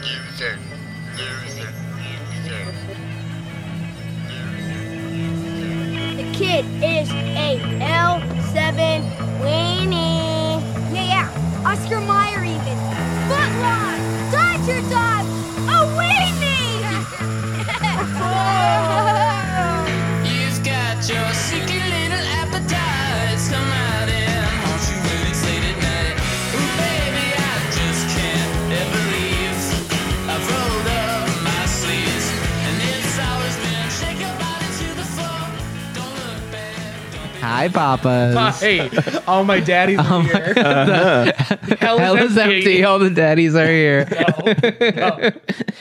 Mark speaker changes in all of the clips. Speaker 1: Music, music, music.
Speaker 2: The kid is a L7 Winnie. Yeah, yeah. Oscar Meyer even. Footlong. Dodger Dog. A weenie.
Speaker 3: You've got your secret little appetite. Come out and haunt you when it's late at night. Ooh, baby, I just can't ever leave. I've rolled up my sleeves, and it's always been shake your body to the floor. Don't look back. Don't be
Speaker 4: Hi, Papas.
Speaker 5: Hey, all my daddies are here. Um, Hell,
Speaker 4: Hell is empty. All the daddies are here.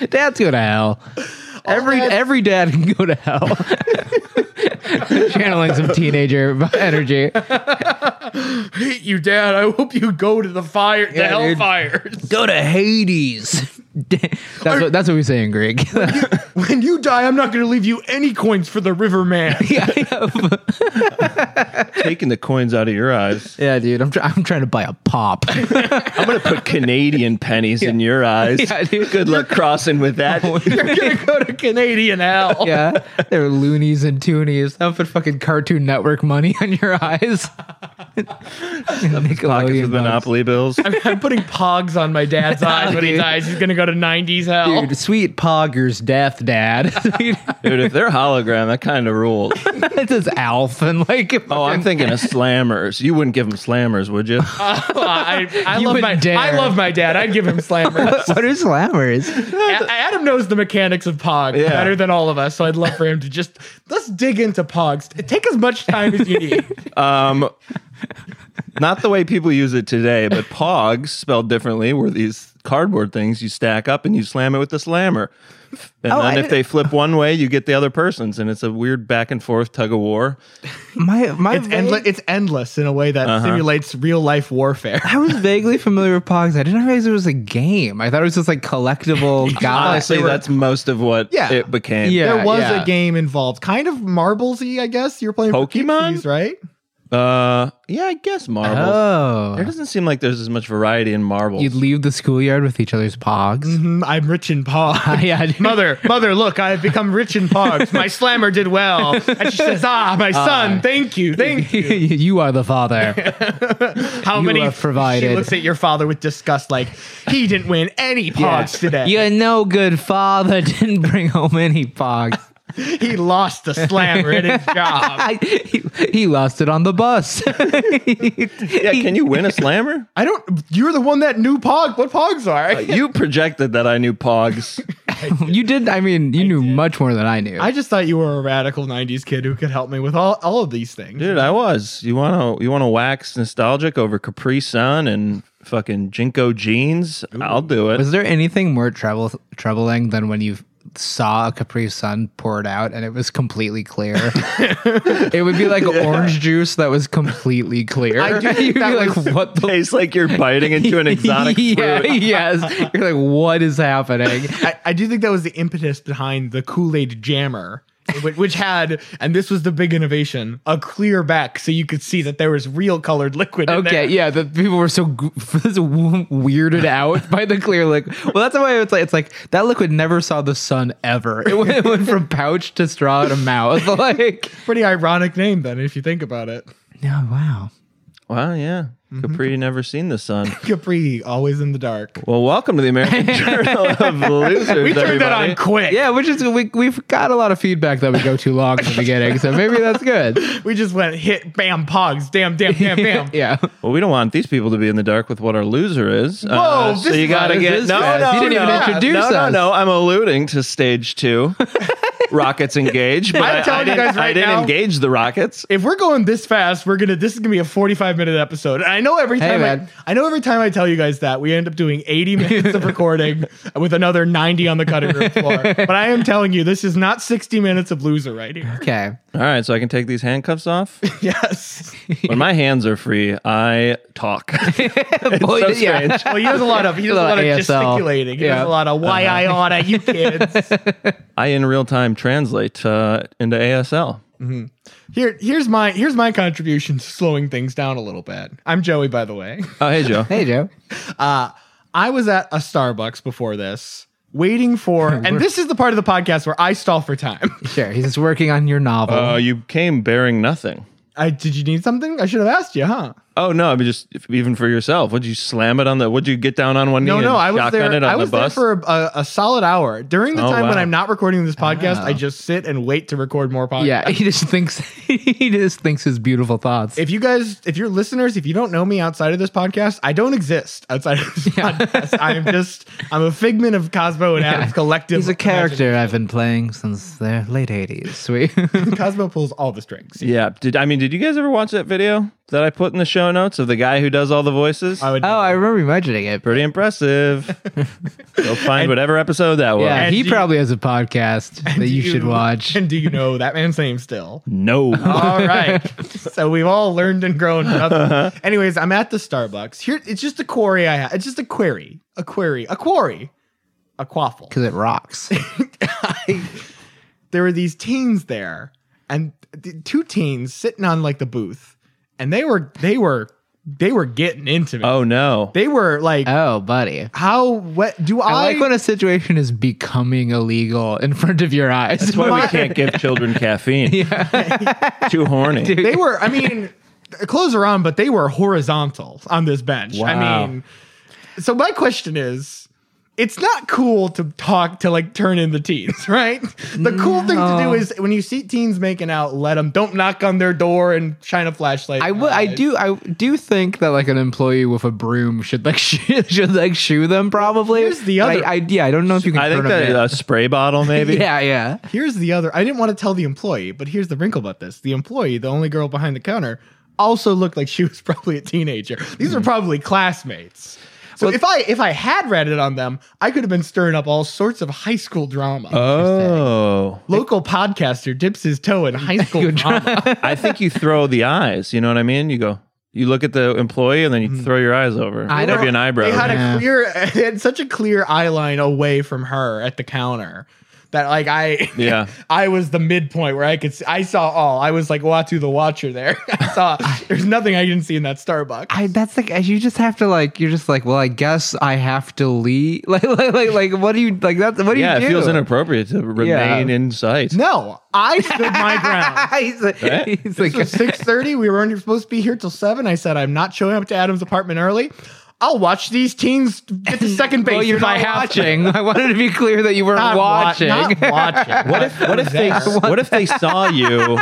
Speaker 4: Dad's go to hell. Every
Speaker 5: dads-
Speaker 4: every dad can go to hell. Channeling some teenager energy.
Speaker 5: I hate you, Dad. I hope you go to the fire, the
Speaker 4: Yeah, dude.
Speaker 5: hellfires.
Speaker 4: Go to Hades. that's, what, that's what we say in Greek.
Speaker 5: When you die, I'm not going to leave you any coins for the river man.
Speaker 4: yeah, yeah.
Speaker 6: Taking the coins out of your eyes.
Speaker 4: Yeah, dude. I'm, try- I'm trying to buy a pop.
Speaker 6: I'm going to put Canadian pennies in your eyes.
Speaker 4: Yeah, dude.
Speaker 6: Good luck crossing with that.
Speaker 5: You're going to go to Canadian hell.
Speaker 4: yeah. They're loonies and toonies. I'll put fucking Cartoon Network money on your eyes.
Speaker 6: Pockets
Speaker 4: Nickelodeon.
Speaker 6: with
Speaker 4: bucks.
Speaker 6: Monopoly bills.
Speaker 5: I'm, I'm putting pogs on my dad's eyes when he
Speaker 4: Dude.
Speaker 5: dies. He's going to go to 90s hell.
Speaker 4: Dude, sweet Pogger's death, Dad. Sweet-
Speaker 6: Dude, if they're hologram, that kind of rules.
Speaker 4: it says Alf and like.
Speaker 6: Oh, I'm thinking of slammers. You wouldn't give them slammers, would you?
Speaker 5: I, I,
Speaker 4: You
Speaker 5: love
Speaker 4: would
Speaker 5: my,
Speaker 4: dare.
Speaker 5: I love my dad. I'd give him slammers.
Speaker 4: what are slammers?
Speaker 5: A- Adam knows the mechanics of Pog
Speaker 6: Yeah.
Speaker 5: better than all of us, so I'd love for him to just let's dig into Pogs. Take as much time as you need.
Speaker 6: Um, not the way people use it today, but pogs, spelled differently, were these cardboard things you stack up and you slam it with the slammer. And
Speaker 4: Oh, I
Speaker 6: then if
Speaker 4: didn't-
Speaker 6: they flip one way, you get the other person's, and it's a weird back and forth tug of war.
Speaker 4: My my.
Speaker 5: It's, endle- it's endless in a way that simulates real life warfare.
Speaker 4: I was vaguely familiar with Pogs. I didn't realize it was a game. I thought it was just like collectible. God,
Speaker 6: Honestly, that's most of what
Speaker 5: Yeah.
Speaker 6: it became.
Speaker 4: Yeah.
Speaker 5: there was
Speaker 4: yeah.
Speaker 5: a game involved, kind of marblesy, I guess. You're playing for
Speaker 6: Pokemon?
Speaker 5: Pixies, right?
Speaker 6: Uh, yeah, I guess marbles. There
Speaker 4: Oh,
Speaker 6: doesn't seem like there's as much variety in marbles.
Speaker 4: you'd leave the schoolyard with each other's Pogs.
Speaker 5: Mm, I'm rich in Pogs.
Speaker 4: yeah, dude.
Speaker 5: Mother, mother, look, I've become rich in Pogs. My slammer did well. And she says, Ah, my son, thank you, thank you.
Speaker 4: you are the father.
Speaker 5: How
Speaker 4: You
Speaker 5: many
Speaker 4: have provided.
Speaker 5: She looks at your father with disgust, like he didn't win any pogs today.
Speaker 4: You're no good father. Didn't bring home any Pogs.
Speaker 5: He lost the slammer at his job.
Speaker 4: I, he, he lost it on the bus.
Speaker 6: yeah, can you win a slammer?
Speaker 5: I don't. You're the one that knew pog. What pogs are?
Speaker 6: You projected that I knew pogs.
Speaker 4: you did. I mean, you knew much more than I knew.
Speaker 5: I just thought you were a radical '90s kid who could help me with all, all of these things.
Speaker 6: Dude, I was. You wanna you wanna wax nostalgic over Capri Sun and fucking Jinko jeans? I'll do it.
Speaker 4: Was there anything more trouble, troubling than when you saw a Capri Sun poured out and it was completely clear? it would be like orange juice that was completely clear.
Speaker 5: I do think
Speaker 4: You'd be
Speaker 5: that
Speaker 4: like,
Speaker 5: was-
Speaker 4: what the?
Speaker 6: Tastes like you're biting into an exotic
Speaker 4: yeah,
Speaker 6: fruit.
Speaker 4: yes. You're like, what is happening?
Speaker 5: I, I do think that was the impetus behind the Kool Aid Jammer, whi- which had, and this was the big innovation, a clear back so you could see that there was real colored liquid. in there.
Speaker 4: Okay, yeah, the people were so g- weirded out by the clear liquid. Well, that's why it's like it's like that liquid never saw the sun ever. It went, it went from pouch to straw to mouth. Like,
Speaker 5: Pretty ironic name then, if you think about it.
Speaker 4: yeah, wow.
Speaker 6: Wow, yeah. Capri never seen the sun.
Speaker 5: Capri, always in the dark.
Speaker 6: Well, welcome to the American Journal of Losers.
Speaker 5: We turned that
Speaker 6: everybody.
Speaker 5: on quick.
Speaker 4: Yeah, which is we we've got a lot of feedback that we go too long in the beginning, so maybe that's good.
Speaker 5: We just went hit, bam, pogs, damn, damn, damn, bam.
Speaker 4: yeah.
Speaker 6: Well, we don't want these people to be in the dark with what our loser is. Whoa, so
Speaker 5: this
Speaker 6: you
Speaker 5: is
Speaker 6: gotta
Speaker 4: not-
Speaker 6: get
Speaker 4: this
Speaker 6: no,
Speaker 4: is-
Speaker 6: no,
Speaker 4: you didn't even
Speaker 6: no.
Speaker 4: introduce
Speaker 6: no,
Speaker 4: us.
Speaker 6: No, no, I'm alluding to stage two. rockets engage. But
Speaker 5: I'm
Speaker 6: I-
Speaker 5: telling
Speaker 6: I
Speaker 5: you
Speaker 6: didn't-
Speaker 5: guys
Speaker 6: I
Speaker 5: right
Speaker 6: didn't
Speaker 5: now-
Speaker 6: engage the rockets.
Speaker 5: If we're going this fast, we're gonna. This is gonna be a forty-five minute episode. And I know every
Speaker 4: Hey,
Speaker 5: time.
Speaker 4: man.
Speaker 5: I, I know every time I tell you guys that we end up doing eighty minutes of recording with another ninety on the cutting room floor. But I am telling you, this is not sixty minutes of loser right here.
Speaker 4: Okay.
Speaker 6: All right, so I can take these handcuffs off.
Speaker 5: Yes.
Speaker 6: when my hands are free, I talk.
Speaker 4: Boy,
Speaker 6: so
Speaker 4: yeah.
Speaker 5: Well, he does a lot of he does a
Speaker 4: Little
Speaker 5: lot of
Speaker 4: ASL.
Speaker 5: gesticulating. He
Speaker 4: Yeah. Uh-huh.
Speaker 5: does a lot of why I oughta you kids.
Speaker 6: I in real time translate uh, into ASL.
Speaker 5: Here, here's my here's my contribution to slowing things down a little bit. I'm Joey, by the way.
Speaker 6: Oh, hey Joe.
Speaker 4: Hey Joe.
Speaker 5: I was at a Starbucks before this waiting for, and this is the part of the podcast where I stall for time.
Speaker 4: Sure, he's just working on your novel.
Speaker 6: Uh, you came bearing nothing.
Speaker 5: I, did you need something? I should have asked you, huh?
Speaker 6: Oh no! I mean, just if- even for yourself. Would you slam it on the? Would you get down on one knee?
Speaker 5: No, no,
Speaker 6: and
Speaker 5: I was
Speaker 6: shotgun
Speaker 5: there.
Speaker 6: It on
Speaker 5: I was
Speaker 6: the
Speaker 5: there
Speaker 6: bus?
Speaker 5: for a, a solid hour during the
Speaker 6: Oh,
Speaker 5: time when
Speaker 6: wow.
Speaker 5: I'm not recording this podcast. I just sit and wait to record more podcasts.
Speaker 4: yeah, he just thinks he just thinks his beautiful thoughts.
Speaker 5: If you guys, if you're listeners, if you don't know me outside of this podcast, I don't exist outside of this
Speaker 4: Yeah.
Speaker 5: podcast. I'm just, I'm a figment of Cosmo and Adam's collective.
Speaker 4: He's a character I've been playing since the late '80s. Sweet.
Speaker 5: imagination. Cosmo pulls all the strings.
Speaker 6: Yeah. Did I mean? Did you guys ever watch that video that I put in the show notes of the guy who does all the voices?
Speaker 5: I would.
Speaker 4: oh, I remember imagining it.
Speaker 6: Pretty impressive. Go find whatever episode that was.
Speaker 4: Yeah,
Speaker 5: And
Speaker 4: he
Speaker 5: do you-
Speaker 4: probably has a podcast that
Speaker 5: Do
Speaker 4: you should watch.
Speaker 5: And do you know that man's name still?
Speaker 6: No.
Speaker 5: all right. Uh-huh. So we've all learned and grown up. Anyways, I'm at the Starbucks. Here, it's just a quarry I have. It's just a query, a query, a quarry, a quaffle.
Speaker 4: because it rocks.
Speaker 5: there were these teens there and th- two teens sitting on like the booth and they were they were they were getting into me
Speaker 6: Oh no.
Speaker 5: they were like
Speaker 4: Oh, buddy.
Speaker 5: how what do Uh, i,
Speaker 4: I, like when a situation is becoming illegal in front of your eyes.
Speaker 6: That's why we can't give children caffeine. Too horny.
Speaker 5: they were i mean their clothes are on but they were horizontal on this bench i
Speaker 6: Wow.
Speaker 5: mean so my question is it's not cool to talk to like turn in the teens, right? The cool thing to do
Speaker 4: No.
Speaker 5: is when you see teens making out, let them. Don't knock on their door and shine a flashlight.
Speaker 4: I
Speaker 5: in
Speaker 4: would.
Speaker 5: their
Speaker 4: I
Speaker 5: eyes.
Speaker 4: do. I do think that like an employee with a broom should like should, should like shoo them probably.
Speaker 5: Here's the
Speaker 4: But I-
Speaker 5: other-
Speaker 4: I, yeah, I don't know if you can.
Speaker 6: I think
Speaker 4: turn 'em
Speaker 6: that
Speaker 4: in.
Speaker 6: a spray bottle maybe.
Speaker 4: yeah, yeah.
Speaker 5: Here's the other. I didn't want to tell the employee, but here's the wrinkle about this: the employee, the only girl behind the counter, also looked like she was probably a teenager. These were probably classmates. So if I if I had read it on them, I could have been stirring up all sorts of high school drama.
Speaker 6: Oh.
Speaker 5: Local podcaster dips his toe in high school drama.
Speaker 6: I think you throw the eyes. You know what I mean? You go. You look at the employee and then you throw your eyes
Speaker 4: I
Speaker 6: over. Mm-hmm. I
Speaker 4: don't-
Speaker 6: an eyebrow.
Speaker 5: They had a
Speaker 4: Yeah.
Speaker 5: clear, they had such a clear eye line away from her at the counter that like I
Speaker 6: Yeah.
Speaker 5: I was the midpoint where I could see, I saw all. I was like Watu the Watcher there. I saw there's nothing I didn't see in that Starbucks.
Speaker 4: I that's like you just have to like you're just like well I guess I have to leave like like like, like what do you like that what do
Speaker 6: yeah,
Speaker 4: you do?
Speaker 6: it feels inappropriate to remain in sight.
Speaker 5: No, I stood my ground.
Speaker 4: he's like, he's
Speaker 5: It was
Speaker 4: like
Speaker 5: six thirty. We weren't supposed to be here till seven. I said I'm not showing up to Adam's apartment early. I'll watch these teens get to second base.
Speaker 4: well you're
Speaker 5: if I
Speaker 4: not
Speaker 5: have to."
Speaker 4: watching. I wanted to be clear that you weren't
Speaker 5: Not wa-
Speaker 4: watching.
Speaker 5: not watching.
Speaker 6: What if what if they what if they saw you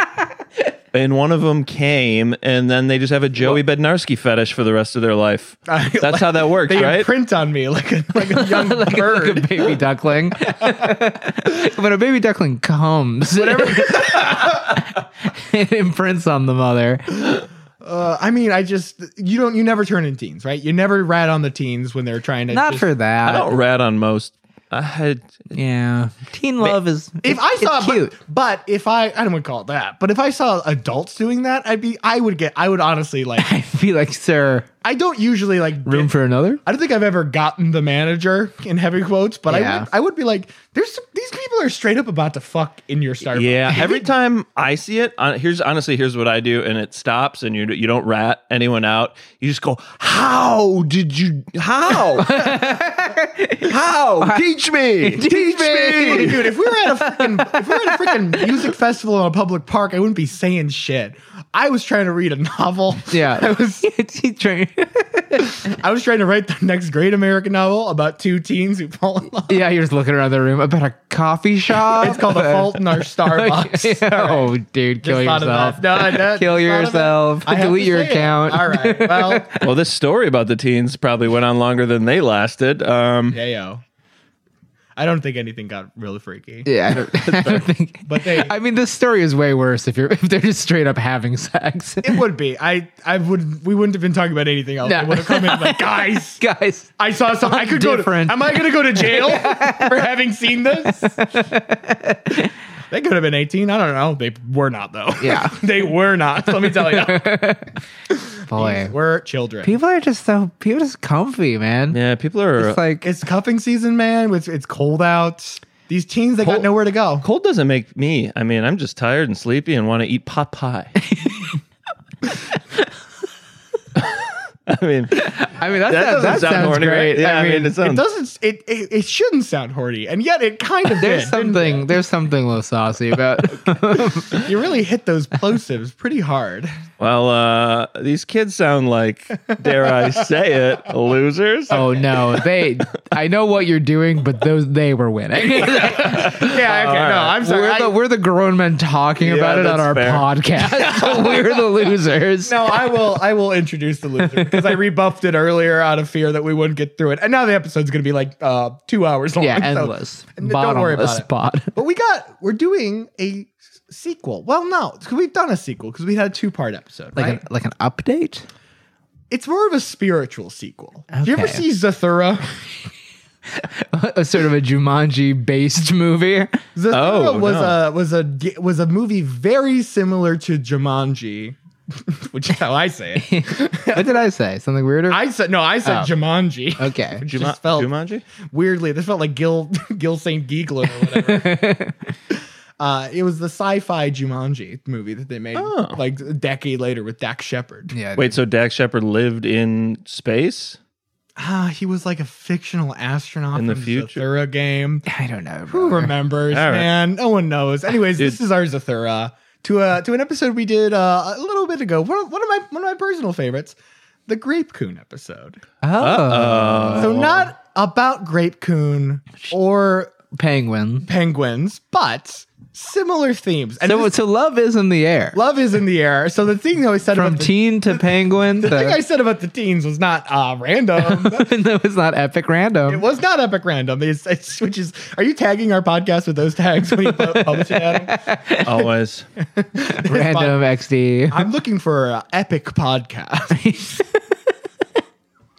Speaker 6: and one of them came and then they just have a Joey Bednarski fetish for the rest of their life? That's how that works,
Speaker 5: they
Speaker 6: right?
Speaker 5: imprint on me like a like a young bird?
Speaker 4: like a baby duckling. when a baby duckling comes, it imprints on the mother.
Speaker 5: Uh, I mean, I just you don't you never turn in teens, right? You never rat on the teens when they're trying to
Speaker 4: Not
Speaker 5: just-
Speaker 4: for
Speaker 6: I
Speaker 4: that.
Speaker 6: don't rat on most. I had,
Speaker 4: Yeah, teen love is.
Speaker 5: If I saw,
Speaker 4: it's
Speaker 5: but-
Speaker 4: cute.
Speaker 5: But, if I, I don't want to call it that. But if I saw adults doing that, I'd be, I would get, I would honestly like.
Speaker 4: I feel like, sir,
Speaker 5: I don't usually like.
Speaker 4: room
Speaker 5: get-
Speaker 4: for another.
Speaker 5: I don't think I've ever gotten the manager in heavy quotes, but I
Speaker 4: Yeah.
Speaker 5: would, I would be like, there's these people are straight up about to fuck in your Starbucks.
Speaker 6: yeah. Every time I see it, hon- here's honestly here's what I do, and it stops, and you you don't rat anyone out. You just go, how did you? How? how? Teach me. Teach me.
Speaker 5: Dude, if we were at a freaking, if we were at a freaking music festival in a public park, I wouldn't be saying shit. I was trying to read a novel.
Speaker 4: Yeah,
Speaker 5: I was
Speaker 4: He trained-
Speaker 5: I was trying to write the next great American novel about two teens who fall in love.
Speaker 4: yeah, you're just looking around the room about a coffee shop.
Speaker 5: It's called The Fault in Our Starbucks.
Speaker 4: Oh, dude, kill
Speaker 5: Just thought of
Speaker 4: yourself.
Speaker 5: that. No, I- that-
Speaker 4: kill
Speaker 5: just thought of
Speaker 4: yourself.
Speaker 5: that. I have
Speaker 4: Delete
Speaker 5: to
Speaker 4: your
Speaker 5: say it.
Speaker 4: account.
Speaker 5: All right. Well,
Speaker 6: Well, this story about the teens probably went on longer than they lasted. Um,
Speaker 5: yayo. I don't think anything got really freaky.
Speaker 4: Yeah, I don't, I don't think.
Speaker 5: But they-
Speaker 4: I mean, this story is way worse if you're if they're just straight up having sex.
Speaker 5: It would be. I I would we wouldn't have been talking about anything else. I
Speaker 4: No.
Speaker 5: would have come in like, guys,
Speaker 4: Guys,
Speaker 5: I saw something. I could
Speaker 4: Different.
Speaker 5: go to Am I gonna go to jail for having seen this? They could have been 18. I don't know. They were not though.
Speaker 4: Yeah.
Speaker 5: they were not. Let me tell you.
Speaker 4: boy,
Speaker 5: We're children.
Speaker 4: people are just so people are just comfy, man.
Speaker 6: yeah, people are
Speaker 4: It's like
Speaker 5: It's cuffing season, man. It's, it's cold out. These teens, they got
Speaker 6: Cold-
Speaker 5: nowhere to go.
Speaker 6: Cold doesn't make me. I mean, I'm just tired and sleepy and want to eat pot pie. I mean,
Speaker 4: I mean, that, sounds,
Speaker 6: That doesn't
Speaker 4: that
Speaker 6: sound
Speaker 4: sounds
Speaker 6: horny,
Speaker 4: great.
Speaker 6: right? Yeah, I mean, it
Speaker 5: It
Speaker 6: sounds.
Speaker 5: doesn't. It, it it shouldn't sound horny, and yet it kind of
Speaker 4: there's
Speaker 5: did.
Speaker 4: something there's something a little saucy about.
Speaker 5: You really hit those plosives pretty hard.
Speaker 6: Well, uh, these kids sound like, dare I say it, losers.
Speaker 4: oh no, they. I know what you're doing, but those they were winning.
Speaker 5: Yeah. Okay. No, I'm sorry.
Speaker 4: we're,
Speaker 5: I-
Speaker 4: the, we're the grown men talking
Speaker 6: Yeah,
Speaker 4: about it on
Speaker 6: that's
Speaker 4: our
Speaker 6: fair.
Speaker 4: podcast. so we're the losers.
Speaker 5: no, I will. I will introduce the loser because I rebuffed it earlier out of fear that we wouldn't get through it, and now the episode's going to be like uh, two hours long.
Speaker 4: yeah,
Speaker 5: so-
Speaker 4: endless,
Speaker 5: and don't worry
Speaker 4: bottomless
Speaker 5: about it.
Speaker 4: spot.
Speaker 5: But we got. We're doing a s- sequel. Well, no, 'cause we've done a sequel because we had a two-part episode.
Speaker 4: Like
Speaker 5: right?
Speaker 4: an like an update.
Speaker 5: it's more of a spiritual sequel. Do you ever
Speaker 4: Okay.
Speaker 5: see Zathura?
Speaker 4: a sort of a Jumanji based movie.
Speaker 5: Zathura
Speaker 6: Oh,
Speaker 5: was
Speaker 6: no.
Speaker 5: a was a g- was a movie very similar to Jumanji, which is how I say it.
Speaker 4: what did I say? Something weirder?
Speaker 5: I said no, I said
Speaker 4: Oh.
Speaker 5: Jumanji.
Speaker 6: Uh,
Speaker 4: okay.
Speaker 5: Which
Speaker 6: Juma-
Speaker 5: just felt
Speaker 6: Jumanji?
Speaker 5: weirdly. This felt like Gil Gil Saint Giegler or whatever. uh, it was the sci-fi Jumanji movie that they made
Speaker 6: Oh.
Speaker 5: like a decade later with Dak Shepard.
Speaker 4: Yeah.
Speaker 6: Wait, so Dax Shepard lived in space?
Speaker 5: Ah, he was like a fictional astronaut
Speaker 6: In the
Speaker 5: from
Speaker 6: future?
Speaker 5: Zathura game.
Speaker 4: I don't know.
Speaker 5: Who
Speaker 4: bro.
Speaker 5: remembers,
Speaker 6: All right.
Speaker 5: man? No one knows. Anyways, this
Speaker 6: Dude.
Speaker 5: is our Zathura to uh to an episode we did uh, a little bit ago. One of, one of my one of my personal favorites, the Grape Coon episode.
Speaker 4: Oh.
Speaker 5: so
Speaker 6: Oh.
Speaker 5: not about Grape Coon or
Speaker 4: Penguin.
Speaker 5: penguins, but similar themes. And
Speaker 4: So,
Speaker 5: this-
Speaker 4: so love is in the air.
Speaker 5: love is in the air. So the thing that I said
Speaker 4: From
Speaker 5: about the-
Speaker 4: teen to penguin.
Speaker 5: the, thing I
Speaker 4: to-
Speaker 5: said about the teens was not uh, random.
Speaker 4: no, it's not epic
Speaker 5: It
Speaker 4: random.
Speaker 5: was not epic random. It's, it's, which is, are you tagging our podcast with those tags when you pu- publish it, Adam?
Speaker 6: Always.
Speaker 4: random XD.
Speaker 5: I'm looking for an epic podcast.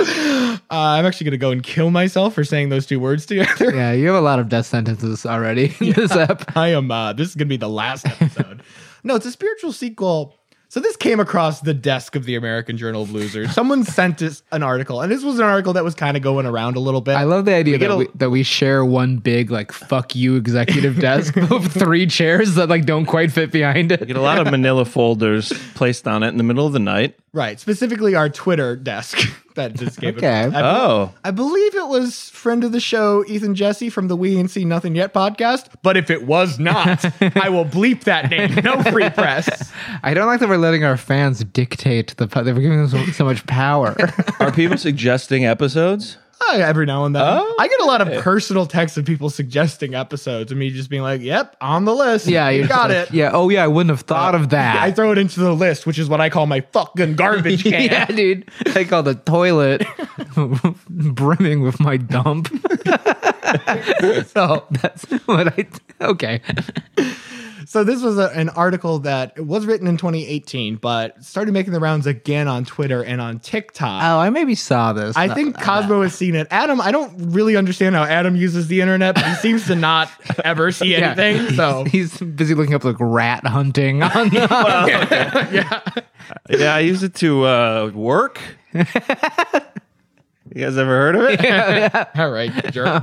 Speaker 5: Uh, I'm actually going to go and kill myself for saying those two words together.
Speaker 4: yeah, you have a lot of death sentences already in this app.
Speaker 5: I am. Uh, this is going to be the last episode. no, it's a spiritual sequel. So this came across the desk of the American Journal of Losers. Someone sent us an article, and this was an article that was kind of going around a little bit.
Speaker 4: I love the idea
Speaker 5: get
Speaker 4: that,
Speaker 5: a-
Speaker 4: we, that we share one big like fuck you executive desk of three chairs that like don't quite fit behind it.
Speaker 6: Get a lot of manila folders placed on it in the middle of the night.
Speaker 5: right, specifically our Twitter desk that just gave
Speaker 4: Okay.
Speaker 5: it. I, be-
Speaker 6: Oh.
Speaker 5: I believe it was friend of the show Ethan Jesse from the We Ain't Seen Nothing Yet podcast. But if it was not, I will bleep that name. No free press.
Speaker 4: I don't like that we're letting our fans dictate the. po- That we're giving them so, so much power.
Speaker 6: Are people suggesting episodes?
Speaker 5: Uh, every now and then.
Speaker 6: Oh,
Speaker 5: I get a lot of personal texts of people suggesting episodes and me just being like, yep, on the list.
Speaker 4: yeah,
Speaker 5: you
Speaker 4: you're
Speaker 5: got
Speaker 4: just like,
Speaker 5: it.
Speaker 4: Yeah. Oh yeah, I wouldn't have thought of that.
Speaker 5: I throw it into the list, which is what I call my fucking garbage can.
Speaker 4: yeah, dude. I call the toilet brimming with my dump. so that's what I. Okay.
Speaker 5: So this was a, an article that was written in 2018, but started making the rounds again on Twitter and on TikTok.
Speaker 4: Oh, I maybe saw this.
Speaker 5: I think Cosmo has seen it. Adam, I don't really understand how Adam uses the internet, but he seems to not ever see
Speaker 4: Yeah.
Speaker 5: anything. So
Speaker 4: He's busy looking up like rat hunting on
Speaker 6: Yeah, I use it to uh, work. you guys ever heard of it?
Speaker 5: all right, jerk.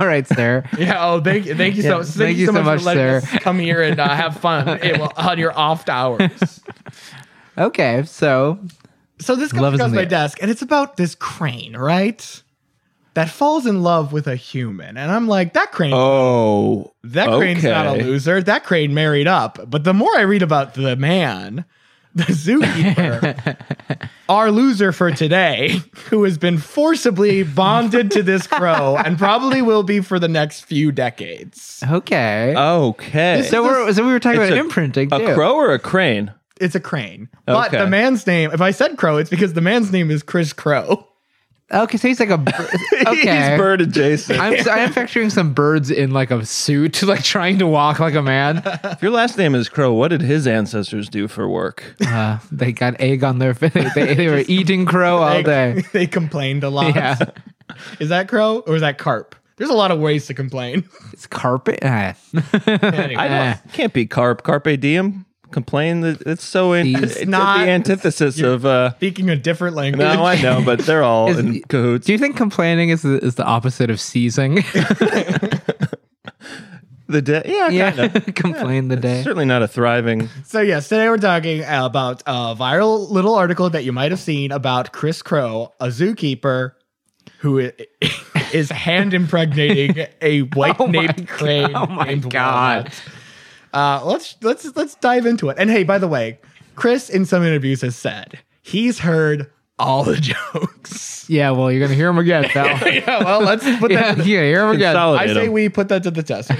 Speaker 4: All right, sir.
Speaker 5: Yeah. Oh, thank you. Thank you so.
Speaker 4: Yeah,
Speaker 5: Thank, you so much, for letting
Speaker 4: sir.
Speaker 5: us come here and uh, have fun eh, well, on your off hours.
Speaker 4: Okay, so
Speaker 5: So this
Speaker 4: Love
Speaker 5: comes
Speaker 4: is
Speaker 5: across
Speaker 4: in the
Speaker 5: my
Speaker 4: air.
Speaker 5: desk, and it's about this crane, right? That falls in love with a human, and I'm like, that crane.
Speaker 6: Oh,
Speaker 5: that crane's not a
Speaker 6: okay.
Speaker 5: loser. That crane married up. But the more I read about the man, the zookeeper, our loser for today, who has been forcibly bonded to this crow and probably will be for the next few decades.
Speaker 4: okay.
Speaker 6: Okay.
Speaker 4: so we're so we were talking
Speaker 6: Uh, It's
Speaker 4: about
Speaker 6: a-
Speaker 4: imprinting too.
Speaker 6: a crow or a crane?
Speaker 5: It's a crane. But
Speaker 6: Okay.
Speaker 5: the man's name, if I said Crow, it's because the man's name is Chris Crow.
Speaker 4: Okay, so he's like a bir- okay.
Speaker 6: He's bird adjacent.
Speaker 4: I'm so I'm picturing some birds in like a suit, like trying to walk like a man.
Speaker 6: if your last name is Crow, what did his ancestors do for work?
Speaker 4: Uh, they got egg on their face. They, they were eating crow all day.
Speaker 5: they complained a lot.
Speaker 4: Yeah,
Speaker 5: Is that Crow or is that Carp? There's a lot of ways to complain.
Speaker 4: it's carpet. Ah.
Speaker 6: I
Speaker 5: Anyway,
Speaker 4: Uh.
Speaker 6: don't, can't be carp. Carpe diem. Complain that it's so in,
Speaker 4: He's
Speaker 6: it's at
Speaker 5: not-
Speaker 6: the antithesis of. Uh,
Speaker 5: speaking a different language.
Speaker 6: no, I know, but they're all
Speaker 4: Is-
Speaker 6: in cahoots.
Speaker 4: Do you think complaining is the, is the opposite of seizing?
Speaker 6: the day. Yeah,
Speaker 4: yeah,
Speaker 6: kind of.
Speaker 4: complain the day.
Speaker 6: Certainly not a thriving.
Speaker 5: So yes, today we're talking about a viral little article that you might have seen about Chris Crow, a zookeeper who i- is hand impregnating a white
Speaker 4: Oh my
Speaker 5: named crane.
Speaker 4: God. Oh my
Speaker 5: named
Speaker 4: God.
Speaker 5: Walnut. Uh, let's let's let's dive into it. And hey, by the way, Chris in some interviews has said he's heard all the jokes.
Speaker 4: Yeah, well, you're gonna hear him again, pal.
Speaker 5: yeah, well, let's put
Speaker 4: yeah,
Speaker 5: that.
Speaker 4: yeah, hear him again.
Speaker 6: Consolidate
Speaker 5: I say
Speaker 6: 'em.
Speaker 5: we put that to the test.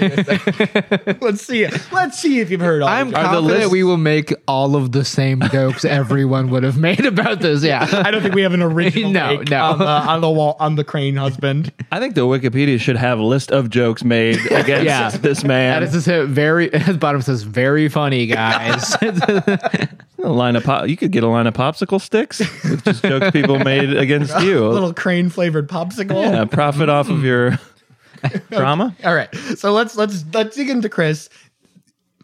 Speaker 5: let's see. Let's see if you've heard all. the
Speaker 4: I'm
Speaker 5: jokes.
Speaker 4: confident we will make all of the same jokes everyone would have made about this. Yeah.
Speaker 5: I don't think we have an original
Speaker 4: No,
Speaker 5: take
Speaker 4: no.
Speaker 5: On, the, on the wall on the crane husband.
Speaker 6: I think the Wikipedia should have a list of jokes made against
Speaker 4: Yeah.
Speaker 6: this man.
Speaker 4: That is just it. Very at the bottom says very funny guys.
Speaker 6: a line of pop- you could get a line of popsicle sticks with just jokes people made against you.
Speaker 5: Little crane flavored popsicle.
Speaker 6: yeah, profit off of your drama.
Speaker 5: All right. So let's let's let's dig into Chris.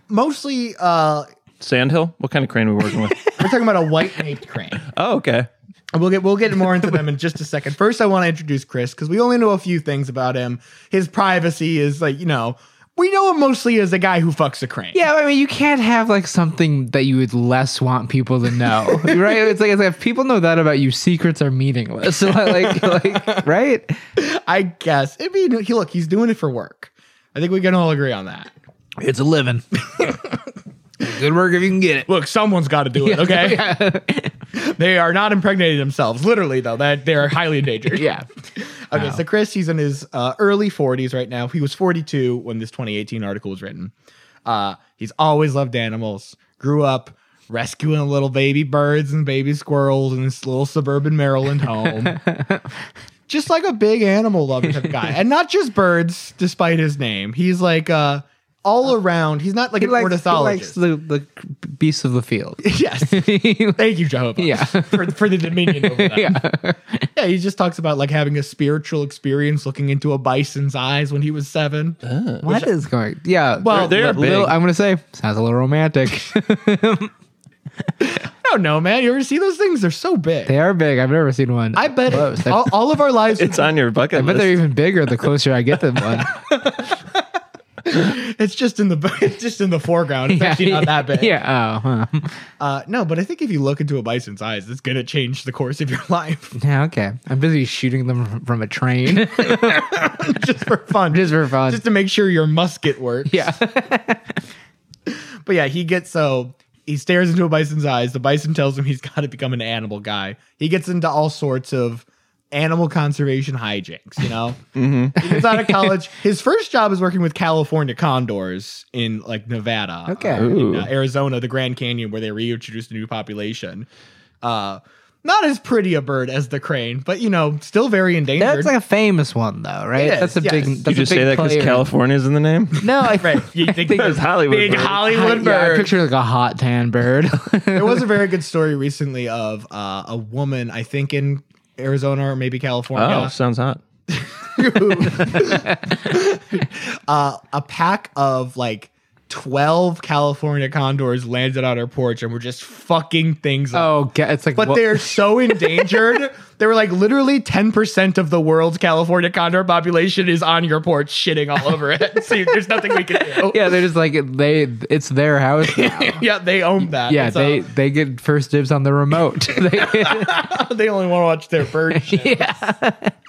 Speaker 5: Mostly uh
Speaker 6: Sandhill. What kind of crane are we working with?
Speaker 5: we're talking about a white naped crane.
Speaker 6: Oh, okay.
Speaker 5: And We'll get we'll get more into them in just a second. First, I want to introduce Chris because we only know a few things about him. His privacy is like, you know, we know him mostly as a guy who fucks a crane.
Speaker 4: yeah, I mean you can't have like something that you would less want people to know. Right? It's like, it's like if people know that about you, secrets are meaningless. So like like right?
Speaker 5: I guess. I mean, he look, he's doing it for work. I think we can all agree on that.
Speaker 4: It's a living. Good work if you can get it.
Speaker 5: Look, someone's got to do it, okay? They are not impregnated themselves, literally, though. That they are highly endangered.
Speaker 4: yeah.
Speaker 5: Okay, so Chris, he's in his uh, early 40s right now. He was 42 when this 2018 article was written. Uh, he's always loved animals, grew up rescuing little baby birds and baby squirrels in this little suburban Maryland home. just like a big animal lover type of guy. And not just birds, despite his name. He's like uh, all around. He's not like
Speaker 4: He
Speaker 5: an
Speaker 4: likes, he likes
Speaker 5: ornithologist.
Speaker 4: the, the beasts of the field.
Speaker 5: yes. Thank you, Jehovah.
Speaker 4: Yeah.
Speaker 5: For, for the dominion over that.
Speaker 4: yeah.
Speaker 5: Yeah, he just talks about like having a spiritual experience looking into a bison's eyes when he was seven.
Speaker 4: What is going? Yeah.
Speaker 5: Well,
Speaker 6: They're
Speaker 4: li- little-
Speaker 6: big.
Speaker 4: I'm gonna say sounds a little romantic.
Speaker 5: I don't know, man. You ever see those things? They're so big.
Speaker 4: they are big. I've never seen one.
Speaker 5: I bet
Speaker 4: close. I,
Speaker 5: all, all of our lives.
Speaker 6: It's
Speaker 5: It's,
Speaker 6: on your bucket
Speaker 4: I bet
Speaker 6: list.
Speaker 4: they're even bigger the closer I get to one.
Speaker 5: just in the it's just in the foreground. It's actually not that big.
Speaker 4: Yeah. Oh. huh.
Speaker 5: Uh, no, but I think if you look into a bison's eyes, it's gonna change the course of your life
Speaker 4: Yeah. Okay. I'm busy shooting them from- from a train
Speaker 5: just for fun,
Speaker 4: just for fun.
Speaker 5: just to make sure your musket works.
Speaker 4: yeah.
Speaker 5: But yeah, he gets so he stares into a bison's eyes. The bison tells him he's got to become an animal guy. He gets into all sorts of animal conservation hijinks. You know,
Speaker 4: Mm-hmm.
Speaker 5: he gets out of college. His first job is working with California condors in like Nevada,
Speaker 4: Okay.
Speaker 5: uh, in,
Speaker 6: Ooh.
Speaker 5: uh, Arizona, the Grand Canyon, where they reintroduced a new population. Uh, not as pretty a bird as the crane, but you know, still very endangered.
Speaker 4: That's like a famous one though, right?
Speaker 5: Yes,
Speaker 4: that's a big.
Speaker 5: yes.
Speaker 6: you
Speaker 4: That's
Speaker 6: just
Speaker 4: a big
Speaker 6: say that because
Speaker 4: player.
Speaker 6: California's in the name.
Speaker 4: No, I,
Speaker 5: right. You think
Speaker 6: There's Hollywood.
Speaker 5: big
Speaker 6: bird.
Speaker 5: Hollywood
Speaker 4: yeah,
Speaker 5: bird.
Speaker 4: I picture like a hot tan bird.
Speaker 5: there was a very good story recently of uh, a woman, I think in Arizona or maybe
Speaker 6: oh,
Speaker 5: California,
Speaker 6: sounds hot.
Speaker 5: uh, a pack of like 12 California condors landed on her porch and were just fucking things up.
Speaker 4: oh, ga- it's like.
Speaker 5: But
Speaker 4: wha-
Speaker 5: they're so endangered. they were like literally 10% of the world's California condor population is on your porch shitting all over it. so you- there's nothing we can do.
Speaker 4: Yeah, they're just like they. It's their house now.
Speaker 5: Yeah, they own that. uh,
Speaker 4: Yeah,
Speaker 5: So
Speaker 4: they they get first dibs on the remote. They-
Speaker 5: they only want to watch their bird shit.
Speaker 4: yeah.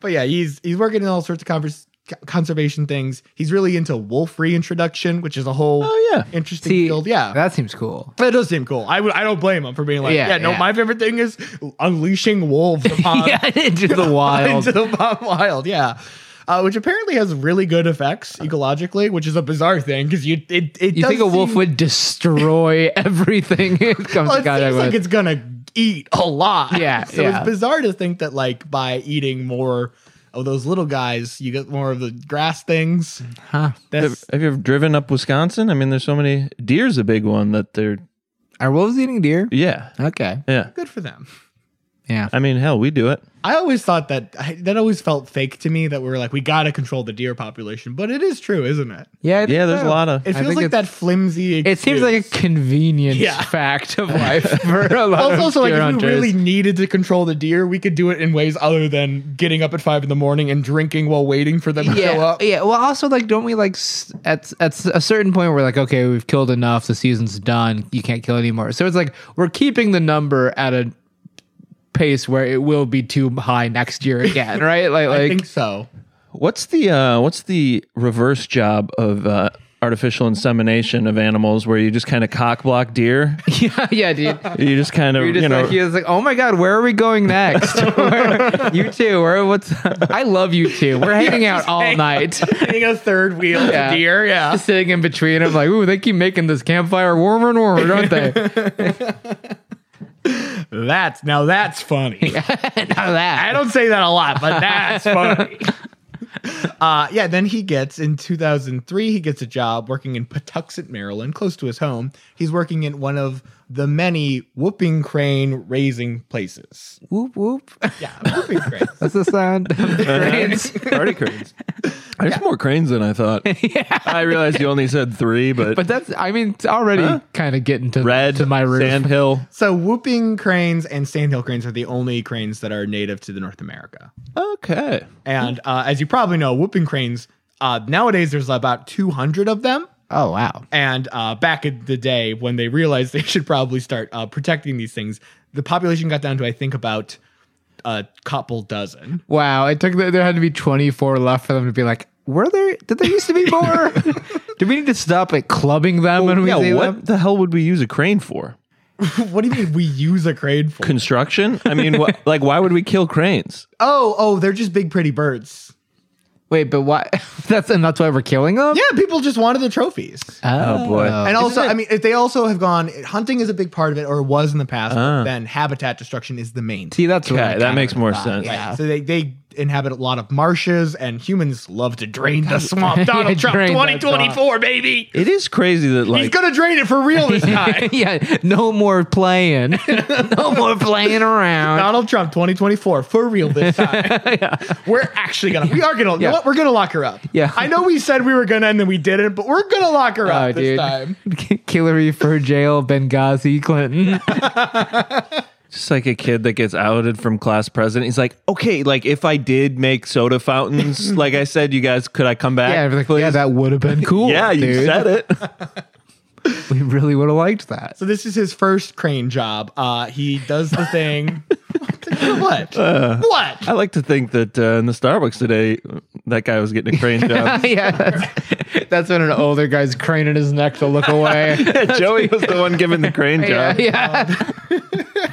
Speaker 5: But yeah, he's he's working in all sorts of convers- c- conservation things. He's really into wolf reintroduction, which is a whole
Speaker 6: Oh, yeah.
Speaker 5: interesting
Speaker 4: See,
Speaker 5: field. Yeah. That-
Speaker 4: that seems cool.
Speaker 5: does seem cool. I would. I don't blame him for being like, yeah,
Speaker 4: Yeah,
Speaker 5: no.
Speaker 4: yeah.
Speaker 5: My favorite thing is unleashing wolves upon
Speaker 4: yeah, into the wild.
Speaker 5: into the wild. wild. Yeah, uh, which apparently has really good effects ecologically, which is a bizarre thing because you it, it
Speaker 4: you
Speaker 5: does
Speaker 4: think a wolf
Speaker 5: seem-
Speaker 4: would destroy everything it comes to
Speaker 5: Well, Oh, it seems
Speaker 4: contact
Speaker 5: like
Speaker 4: with?
Speaker 5: it's gonna eat a lot.
Speaker 4: Yeah,
Speaker 5: so
Speaker 4: yeah.
Speaker 5: it's bizarre to think that like by eating more of those little guys, you get more of the grass things.
Speaker 4: Huh.
Speaker 5: That's
Speaker 6: Have you ever driven up Wisconsin? I mean, there's so many. Deer's a big one that they're.
Speaker 4: Are wolves eating deer?
Speaker 6: Yeah.
Speaker 4: Okay.
Speaker 6: Yeah.
Speaker 5: good for them.
Speaker 4: Yeah.
Speaker 6: I mean, hell, we do it.
Speaker 5: I always thought that I, that always felt fake to me that we were like we got to control the deer population, but it is true, isn't it?
Speaker 4: Yeah.
Speaker 6: Yeah, there's a lot of.
Speaker 5: It
Speaker 4: I
Speaker 5: feels
Speaker 4: think
Speaker 5: like
Speaker 4: it's-
Speaker 5: that flimsy.
Speaker 4: It seems like a
Speaker 5: excuse.
Speaker 4: convenience
Speaker 5: Yeah.
Speaker 4: fact of life for a lot
Speaker 5: Also,
Speaker 4: of
Speaker 5: also, like
Speaker 4: deer
Speaker 5: if
Speaker 4: hunters.
Speaker 5: we really needed to control the deer, we could do it in ways other than getting up at five in the morning and drinking while waiting for them to
Speaker 4: yeah,
Speaker 5: show up.
Speaker 4: yeah. Well, also, like, don't we like s- at at s- a certain point we're like, okay, we've killed enough. The season's done. You can't kill anymore. So it's like we're keeping the number at a pace where it will be too high next year again, right? Like,
Speaker 5: I
Speaker 4: like
Speaker 5: think so.
Speaker 6: What's the uh, what's the reverse job of uh, artificial insemination of animals, where you just kind of cock block deer?
Speaker 4: yeah, yeah, dude.
Speaker 6: You just kind of
Speaker 4: You're
Speaker 6: you,
Speaker 4: just
Speaker 6: know.
Speaker 4: like, he was like, oh my god, where are we going next? Where- you two, where what's? I love you two. We're hanging out all night.
Speaker 5: Being a third wheel
Speaker 4: Yeah.
Speaker 5: to deer, yeah.
Speaker 4: Just sitting in between. I'm like, ooh, they keep making this campfire warmer and warmer, don't they?
Speaker 5: That's now that's funny.
Speaker 4: Now that.
Speaker 5: I don't say that a lot, but that's funny. Uh, yeah, then he gets in 2003, he gets a job working in Patuxent, Maryland, close to his home. He's working in one of the many whooping crane raising places.
Speaker 4: whoop whoop.
Speaker 5: Yeah, whooping cranes.
Speaker 4: That's the sound. of the cranes.
Speaker 6: uh-huh. Party cranes. There's more cranes than I thought. I realized you only said three, but,
Speaker 4: But that's, I mean, it's already kind of getting to
Speaker 6: red
Speaker 4: to my roof.
Speaker 6: Sand Hill.
Speaker 5: So, whooping cranes and sandhill cranes are the only cranes that are native to the North America.
Speaker 6: Okay.
Speaker 5: And uh, as you probably know, whooping cranes, uh, nowadays there's about 200 of them.
Speaker 4: Oh wow.
Speaker 5: And uh, back in the day, when they realized they should probably start uh, protecting these things, the population got down to I think about a couple dozen.
Speaker 4: Wow. It took the, there had to be 24 left for them to be like, were there? Did there used to be more? Did we need to stop like clubbing them when we
Speaker 6: yeah,
Speaker 4: see
Speaker 6: what
Speaker 4: them?
Speaker 6: the hell would we use a crane for?
Speaker 5: what do you mean we use a crane for?
Speaker 6: Construction? I mean, what, like, why would we kill cranes?
Speaker 5: oh, oh, they're just big, pretty birds.
Speaker 4: Wait, but why? that's and that's why we're killing them.
Speaker 5: Yeah, people just wanted the trophies.
Speaker 6: Oh, boy.
Speaker 5: and also, I mean, if they also have gone hunting is a big part of it, or was in the past. but then habitat destruction is the main.
Speaker 4: See, that's what I
Speaker 6: Okay, that
Speaker 4: kinda
Speaker 6: makes more
Speaker 4: thought,
Speaker 6: sense.
Speaker 4: Yeah.
Speaker 5: So they, they inhabit a lot of marshes, and humans love to drain the swamp. Donald Trump,
Speaker 4: Drain the swamp.
Speaker 5: 2024, baby.
Speaker 6: It is crazy that,
Speaker 5: He's
Speaker 6: like,
Speaker 5: gonna drain it for real this time.
Speaker 4: yeah, no more playing. no more playing around.
Speaker 5: Donald Trump 2024 for real this time. We're actually gonna we are gonna you know
Speaker 4: Yeah.
Speaker 5: what? We're gonna lock her up.
Speaker 4: Yeah. Oh,
Speaker 5: I know we said we were gonna and then we didn't, but we're gonna lock her up this time.
Speaker 4: Hillary for jail, Benghazi, Clinton.
Speaker 6: just like a kid that gets outed from class president. He's like, okay, like, if I did make soda fountains, like I said, you guys, could I come back?
Speaker 4: Yeah, like, yeah, that would have been cool.
Speaker 6: Yeah, you
Speaker 4: dude.
Speaker 6: said it.
Speaker 4: We really would have liked that.
Speaker 5: So this is his first crane job. Uh he does the thing. what?
Speaker 4: Uh.
Speaker 5: what?
Speaker 6: I like to think that uh, in the Starbucks today, that guy was getting a crane job.
Speaker 4: yeah, that's, that's when an older guy's craning his neck to look away.
Speaker 6: Joey was the one giving the crane
Speaker 4: yeah,
Speaker 6: job.
Speaker 4: yeah.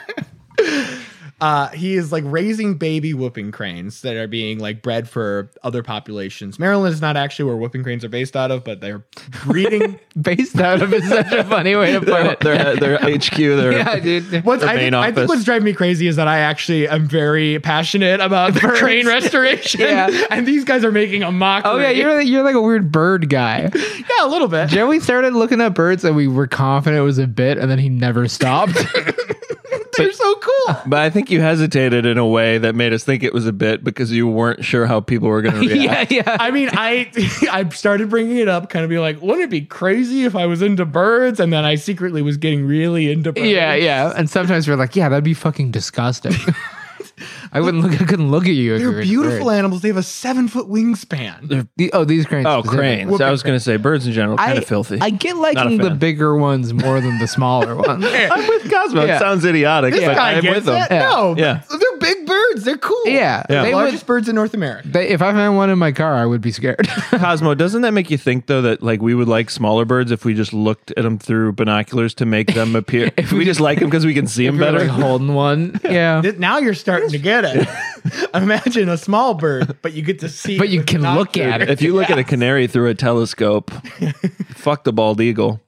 Speaker 5: Uh, he is like raising baby whooping cranes that are being like bred for other populations. Maryland is not actually where whooping cranes are based out of, but they're breeding.
Speaker 4: Based out of is such a funny way to put
Speaker 6: Their,
Speaker 4: it.
Speaker 6: their, their HQ, their
Speaker 4: Yeah, dude.
Speaker 5: What's,
Speaker 6: Their
Speaker 5: I,
Speaker 6: main
Speaker 5: think, I think
Speaker 6: office.
Speaker 5: what's driving me crazy is that I actually am very passionate about the
Speaker 4: Birds.
Speaker 5: crane restoration,
Speaker 4: Yeah.
Speaker 5: and these guys are making a mockery.
Speaker 4: Oh yeah, you're like- you're like a weird bird guy.
Speaker 5: yeah, a little bit.
Speaker 4: Joey started looking at birds, and we were confident it was a bit, and then he never stopped.
Speaker 5: They're so cool.
Speaker 6: But I think you hesitated in a way that made us think it was a bit because you weren't sure how people were going to react.
Speaker 4: yeah, yeah.
Speaker 5: I mean, I I started bringing it up, kind of be like, wouldn't it be crazy if I was into birds? And then I secretly was getting really into birds.
Speaker 4: Yeah, yeah. And sometimes we're like, yeah, that'd be fucking disgusting. I wouldn't look. I couldn't look at you. if you were
Speaker 5: They're
Speaker 4: into
Speaker 5: beautiful
Speaker 4: birds.
Speaker 5: animals. They have a seven foot wingspan.
Speaker 4: The- oh, these cranes.
Speaker 6: Oh,
Speaker 4: specifically.
Speaker 6: cranes. I was going to say birds in general, kind
Speaker 4: I-
Speaker 6: of filthy.
Speaker 4: I get liking the
Speaker 6: fan.
Speaker 4: bigger ones more than the smaller ones.
Speaker 6: am with Cosmo.
Speaker 4: Yeah.
Speaker 6: It sounds idiotic,
Speaker 5: This
Speaker 6: but
Speaker 5: guy
Speaker 6: I'm
Speaker 5: gets
Speaker 6: with them.
Speaker 5: it. No,
Speaker 6: Yeah.
Speaker 5: they're big birds. They're cool.
Speaker 4: Yeah,
Speaker 6: Yeah.
Speaker 4: They would,
Speaker 5: largest birds in North America.
Speaker 4: they, if I found one in my car, I would be scared.
Speaker 6: Cosmo, doesn't that make you think though that like we would like smaller birds if we just looked at them through binoculars to make them appear? if we just like them because we can see
Speaker 4: If
Speaker 6: them
Speaker 4: you're,
Speaker 6: better.
Speaker 4: like holding one. Yeah,
Speaker 5: Th- Now you're starting to get it. Imagine a small bird, but you get to see.
Speaker 4: But you
Speaker 5: with
Speaker 4: can look at it.
Speaker 5: binoculars.
Speaker 6: if you look at a canary through a telescope, fuck the bald eagle.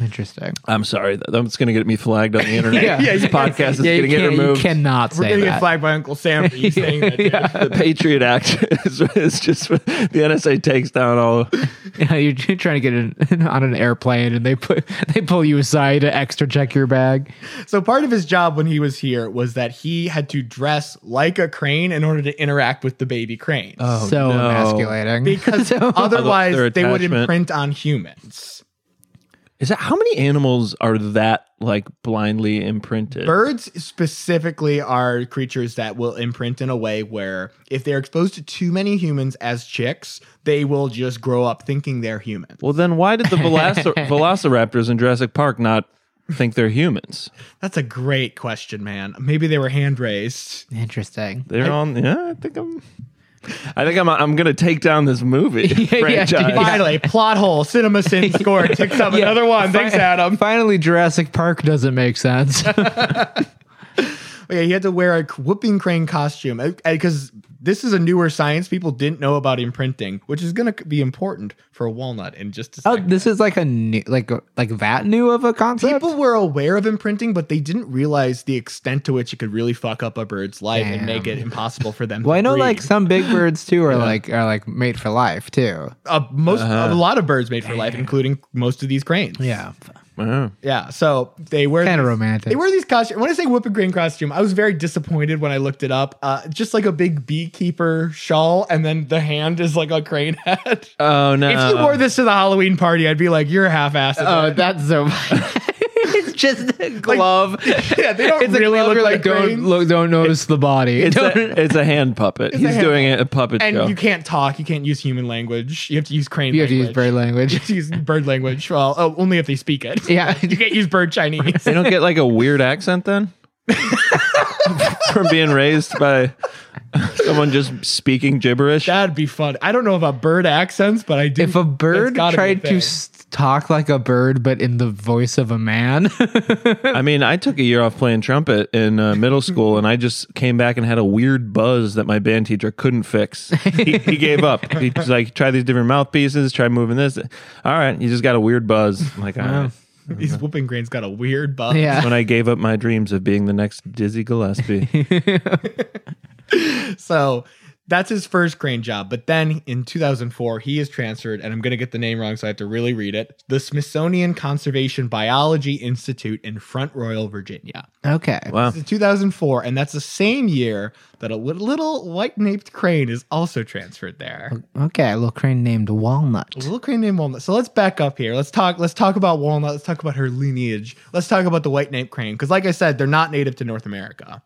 Speaker 4: Interesting.
Speaker 6: I'm sorry. Th- That's going to get me flagged on the internet.
Speaker 4: Yeah.
Speaker 6: this podcast is
Speaker 4: yeah,
Speaker 6: going to
Speaker 4: you,
Speaker 6: get
Speaker 4: can't, you
Speaker 6: removed.
Speaker 4: cannot
Speaker 5: We're
Speaker 4: say
Speaker 5: gonna get
Speaker 4: that.
Speaker 5: flagged by Uncle Sam for you saying that. dude.
Speaker 6: The Patriot Act is, is just the NSA takes down all.
Speaker 4: Yeah, you're, you're trying to get in, on an airplane, and they put they pull you aside to extra check your bag.
Speaker 5: So part of his job when he was here was that he had to dress like a crane in order to interact with the baby cranes.
Speaker 4: so
Speaker 6: Oh, no.
Speaker 4: emasculating.
Speaker 5: because
Speaker 4: So-
Speaker 5: otherwise
Speaker 6: Their
Speaker 5: they would
Speaker 6: attachment.
Speaker 5: imprint on humans.
Speaker 6: Is that how many animals are that like blindly imprinted?
Speaker 5: Birds specifically are creatures that will imprint in a way where if they're exposed to too many humans as chicks, they will just grow up thinking they're human.
Speaker 6: Well, then why did the veloci- velociraptors in Jurassic Park not think they're humans?
Speaker 5: That's a great question, man. Maybe they were hand raised.
Speaker 4: Interesting.
Speaker 6: They're on. Yeah, I think I'm. I think I'm. I'm gonna take down this movie
Speaker 4: yeah,
Speaker 6: franchise.
Speaker 4: yeah.
Speaker 5: Finally, plot hole, cinema sin score ticks up another one. Thanks, Adam.
Speaker 4: Finally, Jurassic Park doesn't make sense.
Speaker 5: Okay, he had to wear a whooping crane costume because this is a newer science. People didn't know about imprinting, which is going to be important for a walnut in just a
Speaker 4: oh,
Speaker 5: second.
Speaker 4: this is like a new, like like that new of a concept.
Speaker 5: People were aware of imprinting, but they didn't realize the extent to which it could really fuck up a bird's life and
Speaker 4: Damn.
Speaker 5: make it impossible for them.
Speaker 4: well,
Speaker 5: to
Speaker 4: I know
Speaker 5: breed.
Speaker 4: like some big birds too are like are like made for life too.
Speaker 5: uh, most
Speaker 4: Uh-huh.
Speaker 5: a lot of birds made for life, including most of these cranes.
Speaker 6: Yeah.
Speaker 5: yeah. So they wear
Speaker 4: Kinda
Speaker 5: these-
Speaker 4: romantic.
Speaker 5: They wear these costumes. When I say whooping crane costume, I was very disappointed when I looked it up. Uh, just like a big beekeeper shawl, and then the hand is like a crane head.
Speaker 6: Oh no!
Speaker 5: If you wore this to the Halloween party, I'd be like, you're half assed.
Speaker 4: Uh, Oh, that's so. it's just a glove.
Speaker 5: yeah, they don't
Speaker 4: it's a
Speaker 5: really
Speaker 4: glove.
Speaker 5: look
Speaker 4: You're
Speaker 5: like,
Speaker 4: like don't
Speaker 5: cranes.
Speaker 4: look, don't notice the body.
Speaker 6: it's
Speaker 4: Don't-
Speaker 6: a, it's a hand puppet.
Speaker 5: a
Speaker 6: He's
Speaker 5: hand
Speaker 6: doing a puppet
Speaker 5: And
Speaker 6: show.
Speaker 5: you can't talk. You can't use human language. You have to use crane.
Speaker 4: you have to use
Speaker 5: language.
Speaker 4: bird language.
Speaker 5: You have to use bird language. Well, oh, only if they speak it.
Speaker 4: Yeah.
Speaker 5: you can't use bird Chinese.
Speaker 6: they don't get like a weird accent then from being raised by someone just speaking gibberish.
Speaker 5: That'd be fun. I don't know about bird accents, but I do.
Speaker 4: If a bird
Speaker 5: gotta be a
Speaker 4: tried
Speaker 5: thing.
Speaker 4: to s- talk like a bird, but in the voice of a man,
Speaker 6: I mean, I took a year off playing trumpet in uh, middle school, and I just came back and had a weird buzz that my band teacher couldn't fix. He, he gave up. He was like, "Try these different mouthpieces. Try moving this." All right, you just got a weird buzz. I'm like, all right.
Speaker 5: these whooping grains got a weird buzz.
Speaker 4: yeah.
Speaker 6: when I gave up my dreams of being the next Dizzy Gillespie.
Speaker 5: So that's his first crane job. But then in 2004, he is transferred, and I'm going to get the name wrong, so I have to really read it. The Smithsonian Conservation Biology Institute in Front Royal, Virginia.
Speaker 4: Okay.
Speaker 6: Wow.
Speaker 5: This is 2004, and that's the same year that a wi- little white naped crane is also transferred there.
Speaker 4: Okay. A little crane named Walnut.
Speaker 5: A little crane named Walnut. So let's back up here. Let's talk. Let's talk about Walnut. Let's talk about her lineage. Let's talk about the white naped crane because, like I said, they're not native to North America.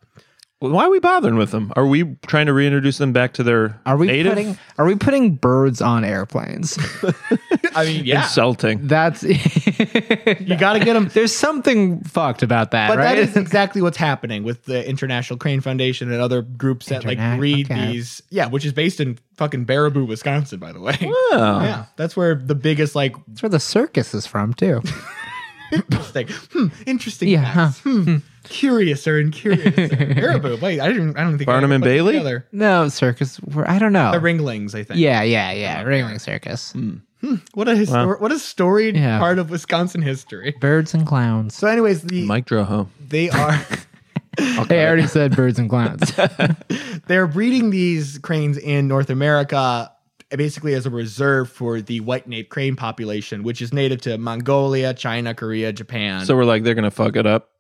Speaker 6: Well, Why are we bothering with them? Are we trying to reintroduce them back to their
Speaker 4: Are we
Speaker 6: native?
Speaker 4: putting Are we putting birds on airplanes?
Speaker 5: I mean, yeah,
Speaker 6: Insulting.
Speaker 4: That's
Speaker 5: you got to get them.
Speaker 4: there's something fucked about that,
Speaker 5: But
Speaker 4: right?
Speaker 5: that is exactly what's happening with the International Crane Foundation and other groups that like
Speaker 4: Interna-
Speaker 5: breed
Speaker 4: okay.
Speaker 5: these. Yeah, which is based in fucking Baraboo, Wisconsin, by the way.
Speaker 6: Oh.
Speaker 5: Yeah, that's where the biggest like
Speaker 4: That's where the circus is from too.
Speaker 5: Like, hmm, interesting.
Speaker 4: Yeah,
Speaker 5: facts. Hmm, Curiouser and curiouser. Baraboo. Wait, I didn't. I don't think I
Speaker 6: Barnum
Speaker 5: ever
Speaker 6: and
Speaker 5: put that
Speaker 6: Bailey?
Speaker 5: together.
Speaker 4: No circus. Where, I don't know.
Speaker 5: The Mm. Ringlings, I think.
Speaker 4: yeah, yeah, yeah. Ringling Circus.
Speaker 5: What a histor- What a storied
Speaker 4: Yeah.
Speaker 5: part of Wisconsin history.
Speaker 4: Birds and clowns.
Speaker 5: So, anyways, the
Speaker 6: Mike Droho.
Speaker 5: they are
Speaker 4: Hey, I already said birds and clowns.
Speaker 5: they're breeding these cranes in North America. Basically, as a reserve for the white naped crane population, which is native to Mongolia, China, Korea, Japan.
Speaker 6: So we're like, they're going to fuck it up.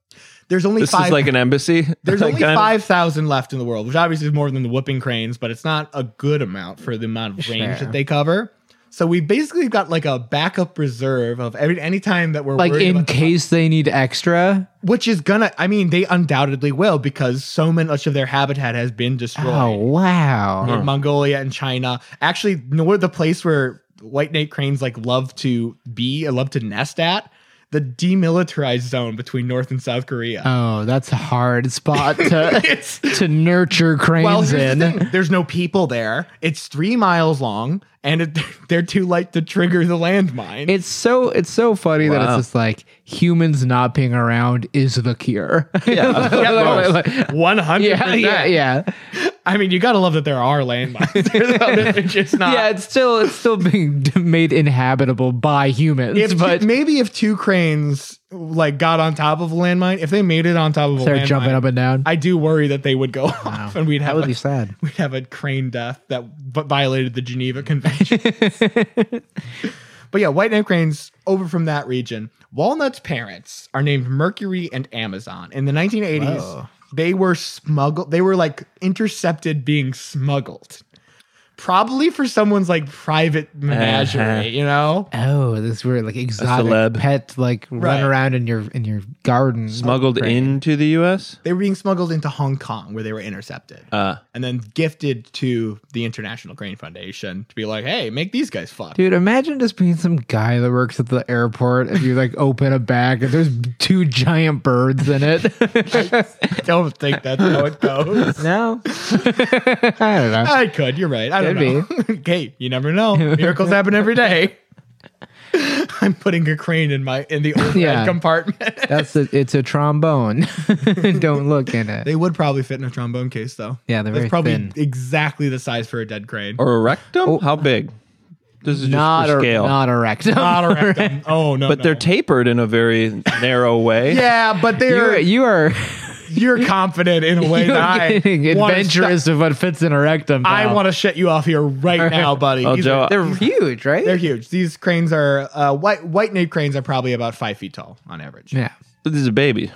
Speaker 5: there's only
Speaker 6: This
Speaker 5: five.
Speaker 6: is like an embassy.
Speaker 5: There's
Speaker 6: Like,
Speaker 5: only
Speaker 6: kind of-
Speaker 5: 5,000 left in the world, which obviously is more than the whooping cranes, but it's not a good amount for the amount of range
Speaker 4: Sure.
Speaker 5: that they cover. So we basically got like a backup reserve of every any time that we're
Speaker 4: like
Speaker 5: worried
Speaker 4: in
Speaker 5: about-
Speaker 4: case they need extra.
Speaker 5: which is gonna. I mean, they undoubtedly will because so much of their habitat has been destroyed
Speaker 4: Oh wow.
Speaker 5: in Mongolia and China. Actually, nor the place where white nate cranes like love to be and love to nest at the demilitarized zone between North and South Korea.
Speaker 4: Oh, that's a hard spot to
Speaker 5: it's
Speaker 4: to nurture
Speaker 5: Well,
Speaker 4: cranes
Speaker 5: here's
Speaker 4: in.
Speaker 5: the thing. there's no people there. It's three miles long, and it, they're too light to trigger the landmine.
Speaker 4: It's so it's so funny that
Speaker 6: Wow.
Speaker 4: it's just like humans not being around is the cure. Yeah,
Speaker 5: One hundred.
Speaker 4: yeah, yeah, yeah.
Speaker 5: I mean, you gotta love that there are landmines. it's just not.
Speaker 4: yeah, it's still it's still being made inhabitable by humans,
Speaker 5: if
Speaker 4: but
Speaker 5: two, maybe if two cranes like got on top of a landmine, if they made it on top of a
Speaker 4: they're
Speaker 5: landmine,
Speaker 4: jumping up and down.
Speaker 5: I do worry that they would go off, and we'd
Speaker 4: that
Speaker 5: have
Speaker 4: would
Speaker 5: a,
Speaker 4: be sad.
Speaker 5: we'd have a crane death that v- violated the Geneva Convention. but yeah, white neck cranes over from that region. Walnut's parents are named Mercury and Amazon. In the 1980s,
Speaker 4: Whoa.
Speaker 5: they were smuggled. They were like intercepted being smuggled. Probably for someone's like private menagerie,
Speaker 6: Uh-huh.
Speaker 5: you know?
Speaker 4: Oh, this weird like exotic
Speaker 6: celeb.
Speaker 4: pet like
Speaker 5: Right.
Speaker 4: run around in your in your garden.
Speaker 6: Smuggled
Speaker 4: Crane.
Speaker 6: into the U.S.
Speaker 5: They were being smuggled into Hong Kong where they were intercepted
Speaker 6: Uh,
Speaker 5: and then gifted to the International Crane Foundation to be like, hey, make these guys fuck.
Speaker 4: Dude, imagine just being some guy that works at the airport and you like open a bag and there's two giant birds in it.
Speaker 5: Don't think that's how it goes.
Speaker 4: no. I don't know.
Speaker 5: I could. You're right. I
Speaker 4: Could
Speaker 5: don't know. Kate, you never know. Miracles happen every day. I'm putting a crane in my in the old
Speaker 4: Yeah.
Speaker 5: red compartment.
Speaker 4: That's a, it's a trombone. don't look in it.
Speaker 5: they would probably fit in a trombone case though.
Speaker 4: Yeah, they're
Speaker 5: that's
Speaker 4: very
Speaker 5: probably
Speaker 4: thin.
Speaker 5: exactly the size for a dead crane.
Speaker 6: or a rectum? How big? This is
Speaker 4: Not
Speaker 6: just
Speaker 4: a
Speaker 6: for scale.
Speaker 4: not a rectum.
Speaker 5: Oh. Not a rectum. Oh no.
Speaker 6: but
Speaker 5: no.
Speaker 6: they're tapered in a very narrow way.
Speaker 5: yeah, but
Speaker 4: You're,
Speaker 5: they're
Speaker 4: you are
Speaker 5: you're, confident in a way
Speaker 4: you
Speaker 5: that
Speaker 4: are
Speaker 5: I
Speaker 4: getting
Speaker 5: wanna
Speaker 4: adventurous of what fits in a rectum.
Speaker 5: shut- I
Speaker 4: pal.
Speaker 5: want to shut you off here right now, buddy.
Speaker 6: Oh,
Speaker 5: These
Speaker 6: Joe,
Speaker 5: are-
Speaker 4: They're huge, right?
Speaker 5: they're huge. These cranes are uh, white white nave cranes are probably about five feet tall on average.
Speaker 4: yeah.
Speaker 6: But this is a baby.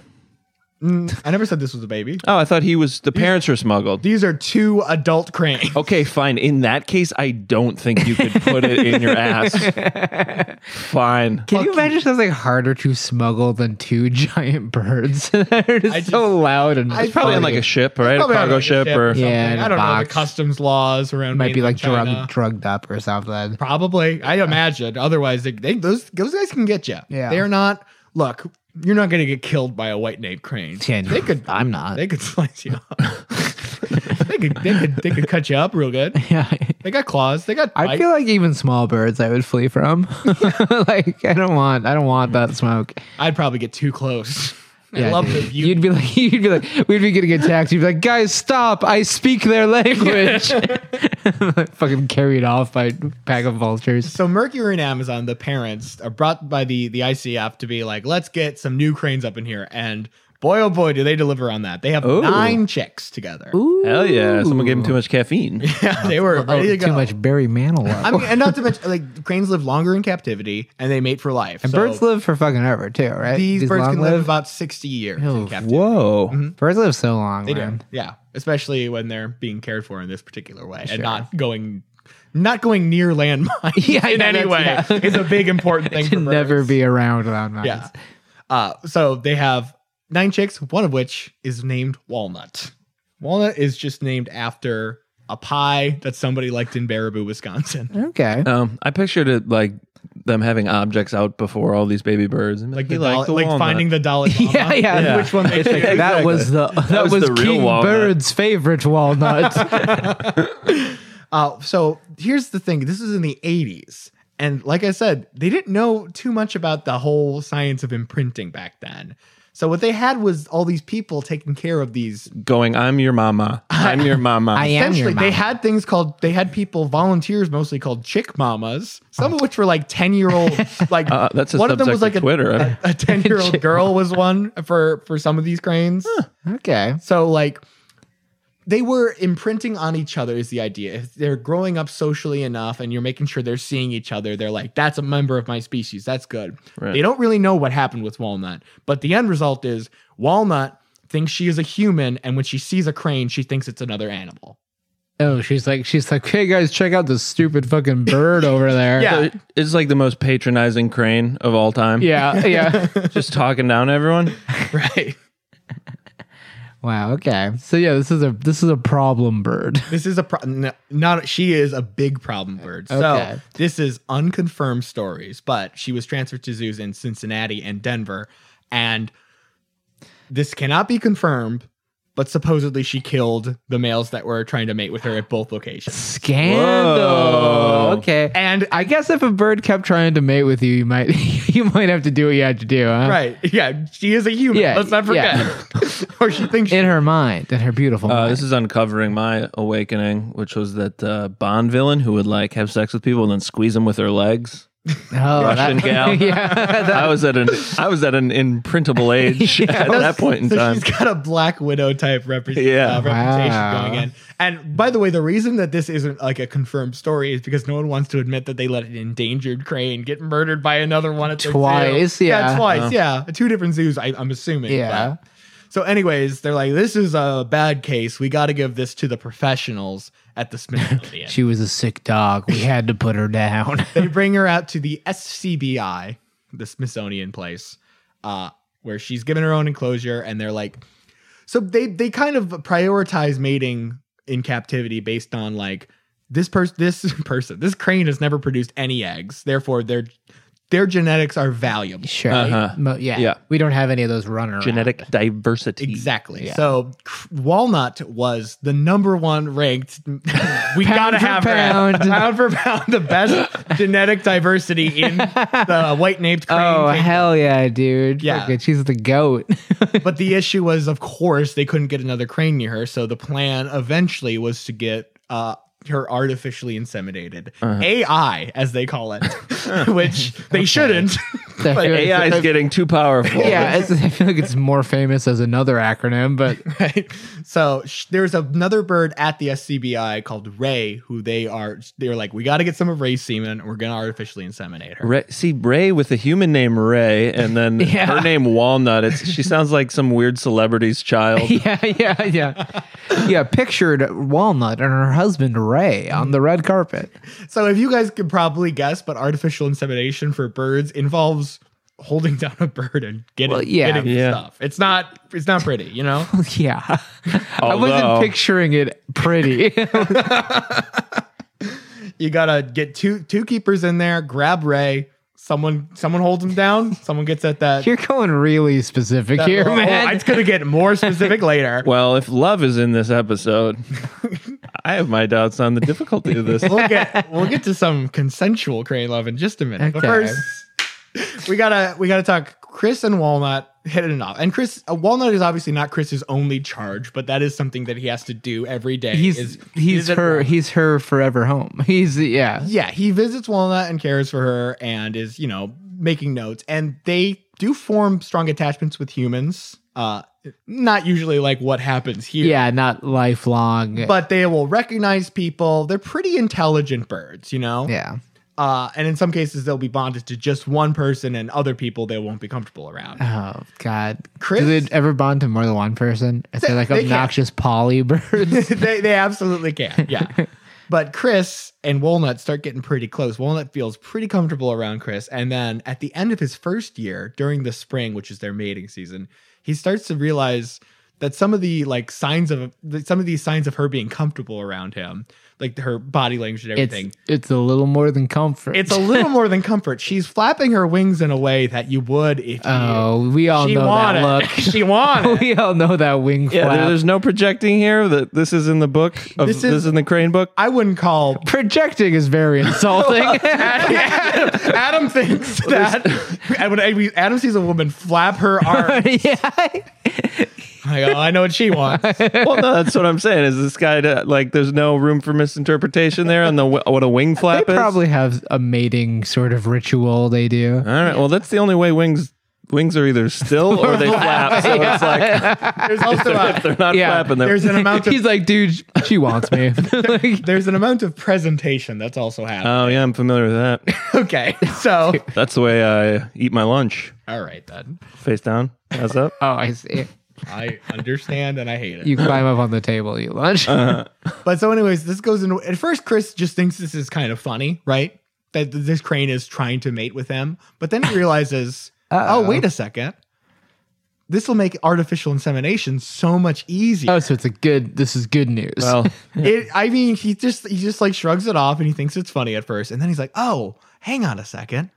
Speaker 5: I never said this was a baby.
Speaker 6: Oh, I thought he was. The parents were smuggled.
Speaker 5: These are two adult cranes.
Speaker 6: Okay, fine. In that case, I don't think you could put it in your ass. Fine.
Speaker 4: Can you imagine something harder to smuggle than two giant birds? They're just,
Speaker 5: I just-
Speaker 4: so loud and
Speaker 5: I-
Speaker 6: It's probably on like a ship, right? A
Speaker 5: Probably on,
Speaker 6: cargo
Speaker 5: like, a
Speaker 6: ship, or
Speaker 5: something.
Speaker 4: Yeah, in
Speaker 5: I
Speaker 4: a
Speaker 5: don't know the
Speaker 4: box.
Speaker 5: customs laws around.
Speaker 4: might be like
Speaker 5: mainland
Speaker 4: drug,
Speaker 5: China.
Speaker 4: drugged up or something.
Speaker 5: Probably, I imagine. Otherwise, they, they those those guys can get you.
Speaker 4: Yeah.
Speaker 5: they're not. Look, you're not going to get killed by a white nape crane.
Speaker 4: Yeah,
Speaker 5: They could.
Speaker 4: I'm not.
Speaker 5: They could slice you up. they could. They could. They could cut you up real good.
Speaker 4: yeah.
Speaker 5: They got claws. They got.
Speaker 4: I
Speaker 5: bites.
Speaker 4: feel like even small birds I would flee from. like I don't want I don't want that smoke.
Speaker 5: I'd probably get too close.
Speaker 4: Yeah,
Speaker 5: I love
Speaker 4: dude.
Speaker 5: the view.
Speaker 4: You'd be like you'd be like we'd be getting attacked. You'd be like, guys, stop! I speak their language. Fucking carried off by a pack of vultures.
Speaker 5: So Mercury and Amazon, the parents, are brought by the the ICF to be like, let's get some new cranes up in here. And boy, oh boy, do they deliver on that. They have
Speaker 6: Ooh.
Speaker 5: nine chicks together.
Speaker 6: hell yeah, someone gave him too much caffeine.
Speaker 5: Yeah, they were
Speaker 4: Oh,
Speaker 5: ready to
Speaker 4: too
Speaker 5: go.
Speaker 4: much Barry Manilow.
Speaker 5: I mean, and not to mention, like cranes live longer in captivity, and they mate for life.
Speaker 4: and
Speaker 5: So
Speaker 4: birds live for fucking ever too, right?
Speaker 5: These,
Speaker 4: These
Speaker 5: birds
Speaker 4: long
Speaker 5: can live, about sixty years
Speaker 4: Oh,
Speaker 5: in captivity.
Speaker 6: Whoa.
Speaker 5: Mm-hmm.
Speaker 4: Birds live so long,
Speaker 5: They do,
Speaker 4: man.
Speaker 5: yeah. Especially when they're being cared for in this particular way, and not going, not going near landmines.
Speaker 4: Yeah, I
Speaker 5: in
Speaker 4: know,
Speaker 5: any way
Speaker 4: that's- yeah.
Speaker 5: is a big important thing. for
Speaker 4: Should never
Speaker 5: birds.
Speaker 4: be around without knives.
Speaker 5: Yeah. Uh, so they have nine chicks, one of which is named Walnut. Walnut is just named after a pie that somebody liked in Baraboo, Wisconsin.
Speaker 4: Okay.
Speaker 6: Um, I pictured it like them having objects out before all these baby birds, and
Speaker 5: Like
Speaker 6: like
Speaker 5: the
Speaker 6: he
Speaker 5: Dal-
Speaker 6: liked the
Speaker 5: like
Speaker 6: walnut.
Speaker 5: finding the Dalai Lama.
Speaker 4: Yeah, yeah.
Speaker 5: And
Speaker 4: Yeah.
Speaker 5: Which one they
Speaker 6: It's like
Speaker 5: choose.
Speaker 4: That was the that,
Speaker 6: was
Speaker 4: was,
Speaker 6: the real
Speaker 4: King
Speaker 6: walnut.
Speaker 4: Bird's favorite walnut.
Speaker 5: Uh, so here's the thing. This is in the 80s. And like I said, they didn't know too much about the whole science of imprinting back then. So what they had was all these people taking care of these
Speaker 6: going, "I'm your mama. I'm your mama."
Speaker 4: I am your
Speaker 5: Essentially,
Speaker 4: mom.
Speaker 5: they had things called they had people volunteers mostly called chick mamas, some of which were like ten year old. Like
Speaker 6: Uh, that's a
Speaker 5: one of them
Speaker 6: subject
Speaker 5: was like
Speaker 6: of Twitter.
Speaker 5: a a ten year old
Speaker 4: Chick
Speaker 5: girl was one for for some of these cranes.
Speaker 4: okay.
Speaker 5: So like they were imprinting on each other is the idea. If they're growing up socially enough and you're making sure they're seeing each other, they're like, that's a member of my species. That's good.
Speaker 6: Right.
Speaker 5: They don't really know what happened with Walnut, but the end result is Walnut thinks she is a human, and when she sees a crane, she thinks it's another animal.
Speaker 4: Oh, she's like she's like, hey guys, check out this stupid fucking bird over there.
Speaker 5: Yeah.
Speaker 6: So it's like the most patronizing crane of all time.
Speaker 4: Yeah, yeah.
Speaker 6: just talking down to everyone.
Speaker 5: Right.
Speaker 4: wow, okay. So yeah, this is a this is a problem bird.
Speaker 5: This is a pro- n- not she is a big problem bird. So
Speaker 4: Okay.
Speaker 5: this is unconfirmed stories, but she was transferred to zoos in Cincinnati and Denver, and this cannot be confirmed. But supposedly she killed the males that were trying to mate with her at both locations.
Speaker 4: Scandal.
Speaker 6: Whoa.
Speaker 4: Okay.
Speaker 5: And I,
Speaker 4: I guess if a bird kept trying to mate with you, you might you might have to do what you had to do, huh?
Speaker 5: Right. Yeah. She is a human.
Speaker 4: Yeah,
Speaker 5: Let's not forget.
Speaker 4: yeah.
Speaker 5: or she thinks she
Speaker 4: In her mind, in her beautiful
Speaker 6: Uh,
Speaker 4: mind.
Speaker 6: this is uncovering my awakening, which was that uh, Bond villain who would like have sex with people and then squeeze them with their legs.
Speaker 4: oh,
Speaker 6: Russian gal.
Speaker 4: yeah, that-
Speaker 6: I was at an I was at an imprintable age at that point in
Speaker 5: so
Speaker 6: time.
Speaker 5: She's got a Black Widow type repre-
Speaker 6: Yeah.
Speaker 5: uh, reputation
Speaker 4: Wow.
Speaker 5: going in. And by the way, the reason that this isn't like a confirmed story is because no one wants to admit that they let an endangered crane get murdered by another one at their zoo.
Speaker 4: Twice, yeah. Oh.
Speaker 5: twice, yeah. Two different zoos, I, I'm assuming.
Speaker 4: Yeah.
Speaker 5: but- So, anyways, they're like, this is a bad case. We got to give this to the professionals at the Smithsonian.
Speaker 4: she was a sick dog. We had to put her down.
Speaker 5: they bring her out to the SCBI, the Smithsonian place, uh, where she's given her own enclosure, and they're like, so they they kind of prioritize mating in captivity based on like this person, this person, this crane has never produced any eggs, therefore their their genetics are valuable.
Speaker 4: sure.
Speaker 6: Uh-huh.
Speaker 4: Mo- yeah.
Speaker 6: Yeah.
Speaker 4: We don't have any of those runner
Speaker 6: Genetic diversity.
Speaker 5: Exactly. So cr- walnut was the number one ranked. We gotta
Speaker 4: for
Speaker 5: have her.
Speaker 4: pound.
Speaker 5: pound for pound, the best genetic diversity in the white naped crane.
Speaker 4: Oh
Speaker 5: kingdom.
Speaker 4: hell yeah, dude!
Speaker 5: Yeah.
Speaker 4: Fuck it, she's the goat.
Speaker 5: But the issue was, of course, they couldn't get another crane near her. So the plan eventually was to get uh, her artificially inseminated.
Speaker 4: Uh-huh.
Speaker 5: AI, as they call it, which they shouldn't.
Speaker 4: I feel like-
Speaker 6: AI is getting too powerful.
Speaker 4: yeah, it's, I feel like it's more famous as another acronym, but
Speaker 5: right? So sh- there's another bird at the SCBI called Ray, who they are, they're like, we got to get some of Ray's semen and we're going to artificially inseminate her.
Speaker 6: Ray, see Ray with a human name Ray, and then
Speaker 4: Yeah.
Speaker 6: her name Walnut. It's she sounds like some weird celebrity's child.
Speaker 4: yeah, yeah, yeah, yeah. Pictured Walnut and her husband Ray on the red carpet.
Speaker 5: So if you guys could probably guess, but artificial insemination for birds involves holding down a bird and getting,
Speaker 4: Well, yeah.
Speaker 5: getting
Speaker 6: Yeah.
Speaker 5: stuff. It's not, it's not pretty, you know?
Speaker 4: Yeah, I
Speaker 6: Although-
Speaker 4: wasn't picturing it pretty.
Speaker 5: You gotta get two two keepers in there. Grab Ray. Someone someone holds him down. Someone gets at that.
Speaker 4: You're going really specific
Speaker 5: that
Speaker 4: here,
Speaker 5: little-
Speaker 4: man.
Speaker 5: Oh, it's gonna get more specific later.
Speaker 6: Well, if love is in this episode, I have my doubts on the difficulty of this.
Speaker 5: We'll get we'll get to some consensual crane love in just a minute. But
Speaker 4: Okay.
Speaker 5: first, we gotta we gotta talk. Chris and Walnut hit it off, and Chris uh, Walnut is obviously not Chris's only charge, but that is something that he has to do every day.
Speaker 4: he's
Speaker 5: is-
Speaker 4: he's
Speaker 5: is at
Speaker 4: her
Speaker 5: Walnut.
Speaker 4: he's her forever home. He's yeah.
Speaker 5: yeah, he visits Walnut and cares for her and is, you know, making notes. And they do form strong attachments with humans. Uh not usually like what happens here.
Speaker 4: Yeah, not lifelong.
Speaker 5: But they will recognize people. They're pretty intelligent birds, you know?
Speaker 4: yeah.
Speaker 5: Uh, and in some cases, they'll be bonded to just one person and other people they won't be comfortable around.
Speaker 4: Oh God,
Speaker 5: Chris-
Speaker 4: Do they ever bond to more than one person? Is there like
Speaker 5: They can.
Speaker 4: obnoxious poly birds?
Speaker 5: they, they absolutely can. Yeah. But Chris and Walnut start getting pretty close. Walnut feels pretty comfortable around Chris. And then at the end of his first year, during the spring, which is their mating season, he starts to realize that some of the like signs of that some of these signs of her being comfortable around him, like her body language and
Speaker 4: it's
Speaker 5: everything.
Speaker 4: it's a little more than comfort.
Speaker 5: It's, a little more than comfort. She's flapping her wings in a way that you would if you
Speaker 4: oh, we all
Speaker 5: she
Speaker 4: know
Speaker 5: wanted.
Speaker 4: that look.
Speaker 5: she wanted.
Speaker 4: we all know that wing
Speaker 6: Yeah, there-
Speaker 4: flap.
Speaker 6: there's no projecting here. That this is in the book. Of,
Speaker 5: This is-
Speaker 6: this, is, in the crane book.
Speaker 5: I wouldn't call
Speaker 4: Projecting is very insulting.
Speaker 5: Adam, Adam thinks that when I- Adam sees a woman flap her arm,
Speaker 4: yeah,
Speaker 5: I go, I know what she wants.
Speaker 6: well, no, that's what I'm saying. Is this guy to, like? There's no room for misinterpretation there on the wi- what a wing
Speaker 4: they
Speaker 6: flap is.
Speaker 4: probably have a mating sort of ritual they do.
Speaker 6: All right. Well, that's the only way wings wings are either still or they flap. So it's like
Speaker 5: There's also
Speaker 6: if
Speaker 5: a,
Speaker 6: they're not
Speaker 4: Yeah.
Speaker 6: flapping, they're
Speaker 5: there's an amount
Speaker 4: He's
Speaker 5: of
Speaker 4: like, dude, she wants me. Like,
Speaker 5: there's an amount of presentation that's also happening.
Speaker 6: Oh yeah, I'm familiar with that.
Speaker 5: okay, so
Speaker 6: That's the way I eat my lunch.
Speaker 5: all right then,
Speaker 6: Face down, ass up.
Speaker 4: oh, I see.
Speaker 5: I understand and I hate it.
Speaker 4: You climb up on the table, you lunch.
Speaker 5: Uh-huh. But so, anyways, this goes into at first. Chris just thinks this is kind of funny, right? That th- this crane is trying to mate with him, but then he realizes, oh wait a second, this will make artificial insemination so much easier.
Speaker 4: oh, so it's a good. This is good news.
Speaker 6: Well,
Speaker 5: It, I mean, he just he just like shrugs it off and he thinks it's funny at first, and then he's like, "Oh, hang on a second,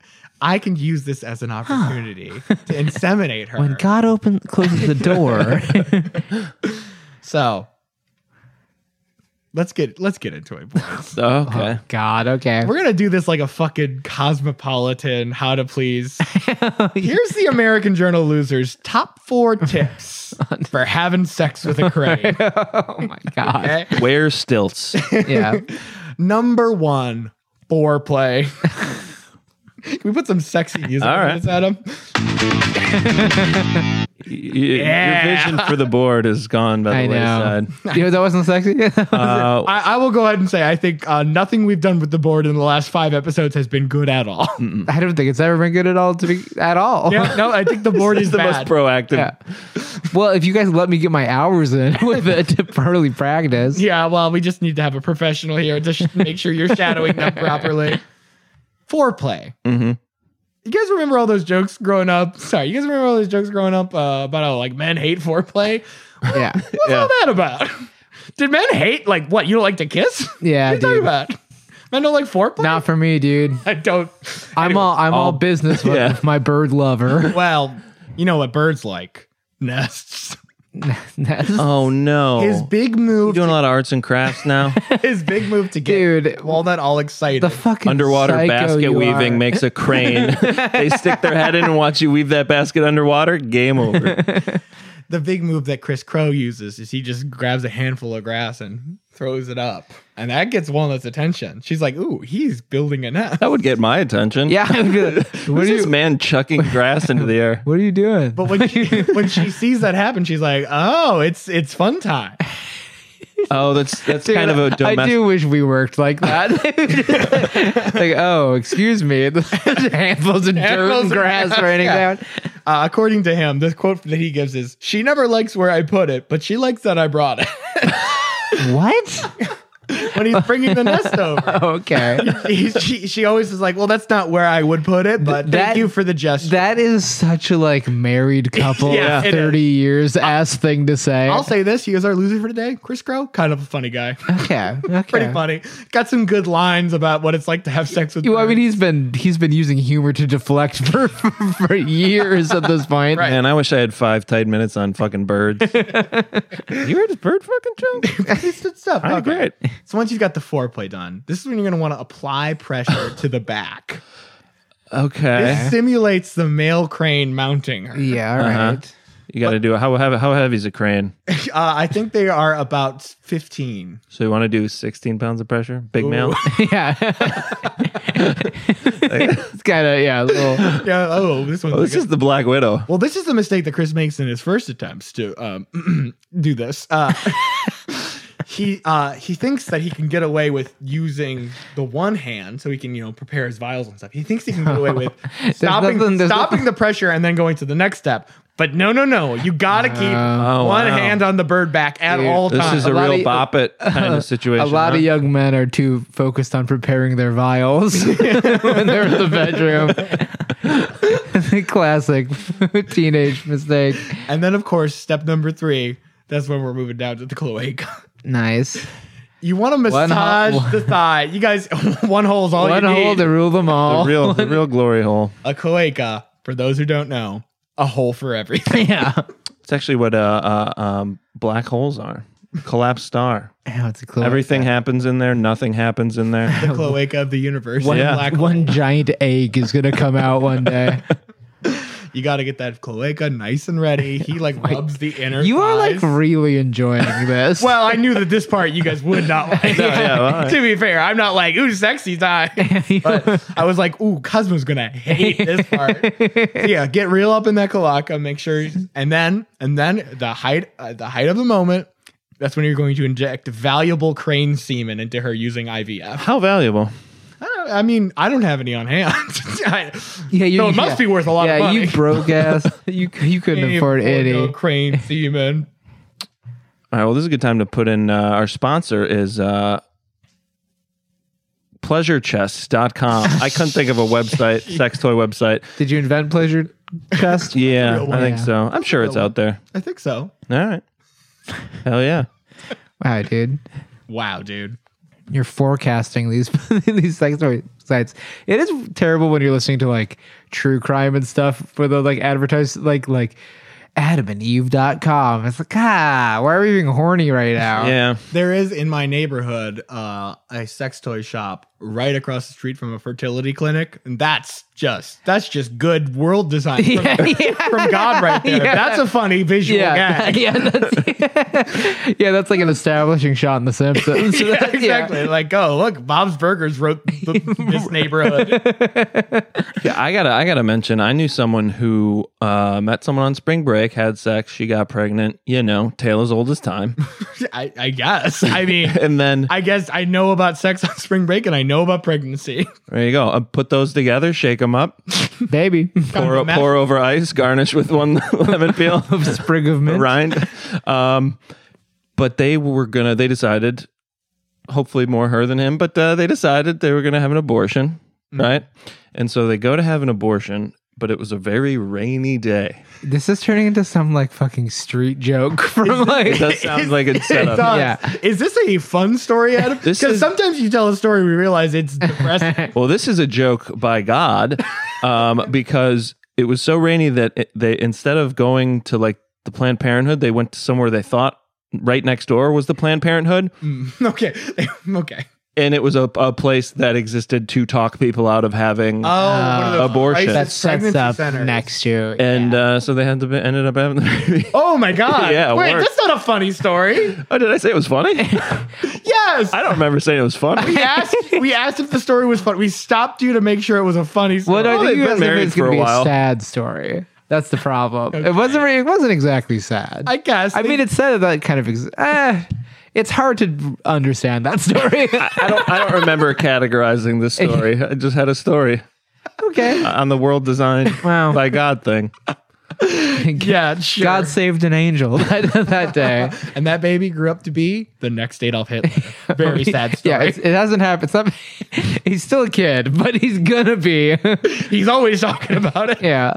Speaker 5: I can use this as an opportunity to inseminate her."
Speaker 4: when God opens closes the door,
Speaker 5: so Let's get let's get into it, boys.
Speaker 6: Okay.
Speaker 4: God, okay.
Speaker 5: We're gonna do this like a fucking cosmopolitan how to please.
Speaker 6: Oh,
Speaker 5: Here's the American Journal losers top four tips for having sex with a crane.
Speaker 4: oh my god.
Speaker 5: Okay?
Speaker 6: Wear stilts.
Speaker 4: Yeah.
Speaker 5: Number one, foreplay. Can we put some sexy music
Speaker 6: All
Speaker 5: on
Speaker 6: right.
Speaker 5: this, Adam?
Speaker 6: Y- y- Your vision for the board is gone by
Speaker 4: I
Speaker 6: the
Speaker 4: know.
Speaker 6: wayside.
Speaker 4: You know that wasn't sexy.
Speaker 5: Um,
Speaker 6: Uh,
Speaker 5: I, I will go ahead and say I think uh, nothing we've done with the board in the last five episodes has been good at all.
Speaker 4: I don't think it's ever been good at all to be at all.
Speaker 5: Yeah, no, I think the board
Speaker 6: It's
Speaker 5: is
Speaker 6: the
Speaker 5: bad.
Speaker 6: most proactive.
Speaker 4: Yeah. Well, if you guys let me get my hours in with it to early practice.
Speaker 5: Yeah, well, we just need to have a professional here to sh- make sure you're shadowing them properly. Foreplay. Mm-hmm. You guys remember all those jokes growing up? Sorry, you guys remember all those jokes growing up uh, about how like men hate foreplay?
Speaker 4: Yeah.
Speaker 5: What's
Speaker 6: Yeah.
Speaker 5: all that about? Did men hate like what? You don't like to kiss?
Speaker 4: Yeah,
Speaker 5: what are you talking
Speaker 4: dude.
Speaker 5: about? Men don't like foreplay.
Speaker 4: Not for me, dude.
Speaker 5: I don't.
Speaker 4: I'm all I'm all, business with
Speaker 6: Yeah.
Speaker 4: my bird lover.
Speaker 5: Well, you know what birds like nests.
Speaker 4: That's-
Speaker 6: Oh no.
Speaker 5: His big
Speaker 6: you
Speaker 5: move.
Speaker 6: doing a lot of arts and crafts now.
Speaker 5: His big move to get
Speaker 4: Dude.
Speaker 5: Walnut all excited.
Speaker 4: the fucking
Speaker 6: underwater
Speaker 4: psycho
Speaker 6: basket
Speaker 4: you
Speaker 6: weaving
Speaker 4: are.
Speaker 6: makes a crane. they stick their head in and watch you weave that basket underwater. Game over.
Speaker 5: the big move that Chris Crow uses is he just grabs a handful of grass and throws it up. And that gets Walnut's attention. She's like, ooh, he's building a nest.
Speaker 6: That would get my attention.
Speaker 4: Yeah. I would be like, what
Speaker 6: Who's
Speaker 4: are
Speaker 6: this
Speaker 4: you
Speaker 6: man chucking grass into the air?
Speaker 4: What are you doing?
Speaker 5: But when she, when she sees that happen, she's like, oh, it's it's fun time.
Speaker 6: Oh, that's that's
Speaker 4: Dude,
Speaker 6: kind of a
Speaker 4: I
Speaker 6: domestic.
Speaker 4: do wish we worked like that. like, oh, excuse me, there's handfuls of dirt
Speaker 5: Handfuls
Speaker 4: and
Speaker 5: of
Speaker 4: grass
Speaker 5: grass,
Speaker 4: raining
Speaker 5: yeah.
Speaker 4: down.
Speaker 5: Uh, according to him, the quote that he gives is, she never likes where I put it, but she likes that I brought it.
Speaker 4: What?
Speaker 5: when he's bringing the nest over.
Speaker 4: Okay,
Speaker 5: He, she, she always is like, well, that's not where I would put it, but
Speaker 4: That-
Speaker 5: thank you for the gesture.
Speaker 4: that is such a like married couple,
Speaker 5: Yeah,
Speaker 4: of
Speaker 5: it is.
Speaker 4: thirty years ass thing to say.
Speaker 5: I'll say this. He is our loser for today. Chris Crow, kind of a funny guy.
Speaker 4: okay, okay.
Speaker 5: pretty funny. Got some good lines about what it's like to have sex with.
Speaker 4: You- I mean,
Speaker 5: birds.
Speaker 4: he's been he's been using humor to deflect for for years at this point.
Speaker 6: Man, I wish I had five tight minutes on fucking birds. you heard his bird fucking joke?
Speaker 5: It's good stuff.
Speaker 6: I
Speaker 5: Okay.
Speaker 6: great.
Speaker 5: So once you've got the foreplay done, this is when you're going to want to apply pressure to the back. This
Speaker 6: Okay,
Speaker 5: simulates the male crane mounting her.
Speaker 4: Yeah, all
Speaker 6: Uh-huh.
Speaker 4: right.
Speaker 6: you got to do it. How how how heavy is a crane?
Speaker 5: Uh, I think they are about 15.
Speaker 6: So you want to do sixteen pounds of pressure? Big male.
Speaker 4: Yeah, it's kind of yeah. A little,
Speaker 5: Yeah. Oh, this one's
Speaker 6: Oh, this
Speaker 5: like a-
Speaker 6: is the Black Widow.
Speaker 5: well, this is the mistake that Chris makes in his first attempts to um, do this. Uh, he uh, he thinks that he can get away with using the one hand, so he can you know prepare his vials and stuff. He thinks he can get away with stopping
Speaker 4: nothing- there's
Speaker 5: stopping the pressure and then going to the next step. But no, no, no! You gotta keep
Speaker 6: Oh,
Speaker 5: one
Speaker 6: wow.
Speaker 5: hand on the bird back at
Speaker 4: Dude,
Speaker 5: all
Speaker 6: This
Speaker 5: times.
Speaker 6: is a,
Speaker 4: Uh, lot
Speaker 6: real
Speaker 4: of-
Speaker 6: bop it kind of situation.
Speaker 4: A lot
Speaker 6: huh?
Speaker 4: of young men are too focused on preparing their vials when they're in the bedroom. Classic teenage mistake.
Speaker 5: and then, of course, step number three. That's when we're moving down to the cloaca.
Speaker 4: Nice.
Speaker 5: You want to
Speaker 4: One ho-
Speaker 5: massage the thigh. You guys, one hole's all
Speaker 4: One
Speaker 5: you need.
Speaker 4: hole to rule them all.
Speaker 6: the real the real glory hole.
Speaker 5: a cloaca, for those who don't know, a hole for everything.
Speaker 4: yeah.
Speaker 6: It's actually what uh, uh um black holes are. Collapsed star.
Speaker 4: Oh, it's a close.
Speaker 6: Everything happens in there. Nothing happens in there.
Speaker 5: the cloaca of the universe.
Speaker 4: One,
Speaker 5: the
Speaker 6: Yeah.
Speaker 5: black
Speaker 4: one
Speaker 5: hole.
Speaker 4: giant egg is gonna come out one day.
Speaker 5: You got to get that cloaca nice and ready. He like rubs the inner.
Speaker 4: Oh You are like
Speaker 5: thighs.
Speaker 4: really enjoying this.
Speaker 5: well, I knew that this part you guys would not like.
Speaker 6: yeah, well, all right.
Speaker 5: to be fair, I'm not like ooh sexy time. But I was like, ooh, Cosmo's gonna hate this part. So, yeah, get real up in that cloaca. Make sure, and then and then the height uh, the height of the moment. That's when you're going to inject valuable crane semen into her using IVF.
Speaker 6: How valuable.
Speaker 5: I, don't, I mean, I don't have any on hand. I-
Speaker 4: yeah, you,
Speaker 5: so
Speaker 4: yeah.
Speaker 5: it must be worth a lot
Speaker 4: yeah,
Speaker 5: of money.
Speaker 4: you broke ass. You you couldn't
Speaker 5: Can't
Speaker 4: afford any.
Speaker 5: no crane semen.
Speaker 6: All right. Well, this is a good time to put in uh, our sponsor is uh, pleasurechest.com. I couldn't think of a website, sex toy website.
Speaker 4: Did you invent pleasure chest?
Speaker 6: Yeah, I
Speaker 5: one.
Speaker 6: think so. I'm sure it's out there.
Speaker 5: I think so.
Speaker 6: All right. Hell yeah.
Speaker 4: Wow, dude.
Speaker 5: Wow, dude.
Speaker 4: you're forecasting these these sex story sites. It is terrible when you're listening to like true crime and stuff where they like advertise like like adamandeve.com. It's like, ah, why are we being horny right now?
Speaker 6: Yeah.
Speaker 5: There is in my neighborhood uh, a sex toy shop right across the street from a fertility clinic, and that's just that's just good world design from,
Speaker 4: Yeah,
Speaker 5: from God right there.
Speaker 4: Yeah.
Speaker 5: That's a funny visual
Speaker 4: Yeah,
Speaker 5: gag.
Speaker 4: yeah, that's, yeah, that's like an establishing shot in The Simpsons.
Speaker 5: Yeah, exactly. Like, oh look, Bob's Burgers wrote the, this neighborhood.
Speaker 6: Yeah, I gotta I gotta mention I knew someone who uh, met someone on spring break, had sex, she got pregnant, you know, tale as old as time.
Speaker 5: I, I guess. I mean,
Speaker 6: and then
Speaker 5: I guess I know about sex on spring break, and I know about pregnancy.
Speaker 6: there you go. Uh, put those together, shake them up,
Speaker 4: Baby,
Speaker 6: pour,
Speaker 5: of a mess.
Speaker 6: pour over ice, garnish with one lemon peel,
Speaker 4: sprig of mint.
Speaker 6: rind. Um, but they were gonna. They decided, hopefully more her than him, but uh, they decided they were gonna have an abortion, right? And so they go to have an abortion, but it was a very rainy day.
Speaker 4: This is turning into some like fucking street joke from like.
Speaker 6: That sounds like it's set up.
Speaker 5: Does.
Speaker 4: Yeah.
Speaker 5: Is this a fun story, Adam?
Speaker 6: This
Speaker 5: Because
Speaker 6: is-
Speaker 5: sometimes you tell a story, we realize it's depressing.
Speaker 6: Well, this is a joke by God, um, because it was so rainy that it, they instead of going to like the Planned Parenthood, they went to somewhere they thought right next door was the Planned Parenthood,
Speaker 5: okay. okay.
Speaker 6: and it was a, a place that existed to talk people out of having.
Speaker 5: Oh,
Speaker 4: Uh,
Speaker 5: one of those
Speaker 6: Abortion.
Speaker 5: crisis
Speaker 4: that sets
Speaker 5: pregnancy
Speaker 4: up
Speaker 5: centers.
Speaker 4: next to
Speaker 6: and uh, so they had to be, ended up having the baby.
Speaker 5: Oh my god!
Speaker 6: Yeah, it
Speaker 5: Wait,
Speaker 6: worked.
Speaker 5: that's not a funny story.
Speaker 6: Oh, did I say it was funny?
Speaker 5: Yes,
Speaker 6: I don't remember saying it was funny.
Speaker 5: we asked. We asked if the story was funny. We stopped you to make sure it was a funny story.
Speaker 4: Well, no, I
Speaker 6: Well,
Speaker 4: think
Speaker 6: they've
Speaker 4: you
Speaker 6: been
Speaker 4: guys think
Speaker 6: married
Speaker 4: it's gonna
Speaker 6: for a
Speaker 4: be a
Speaker 6: while.
Speaker 4: sad story. That's the problem. It wasn't. Re- it wasn't exactly sad.
Speaker 5: I guess.
Speaker 4: I mean, it said that kind of. Ex- eh, it's hard to understand that story.
Speaker 6: I don't. I don't remember categorizing this story. I just had a story
Speaker 4: okay.
Speaker 6: on the world design
Speaker 4: Wow.
Speaker 6: by God thing.
Speaker 5: yeah, sure.
Speaker 4: God saved an angel that, that day.
Speaker 5: and that baby grew up to be the next Adolf Hitler. Very sad story.
Speaker 4: Yeah, it's, it hasn't happened. It's not, he's still a kid, but he's gonna be.
Speaker 5: He's always talking about it.
Speaker 4: yeah,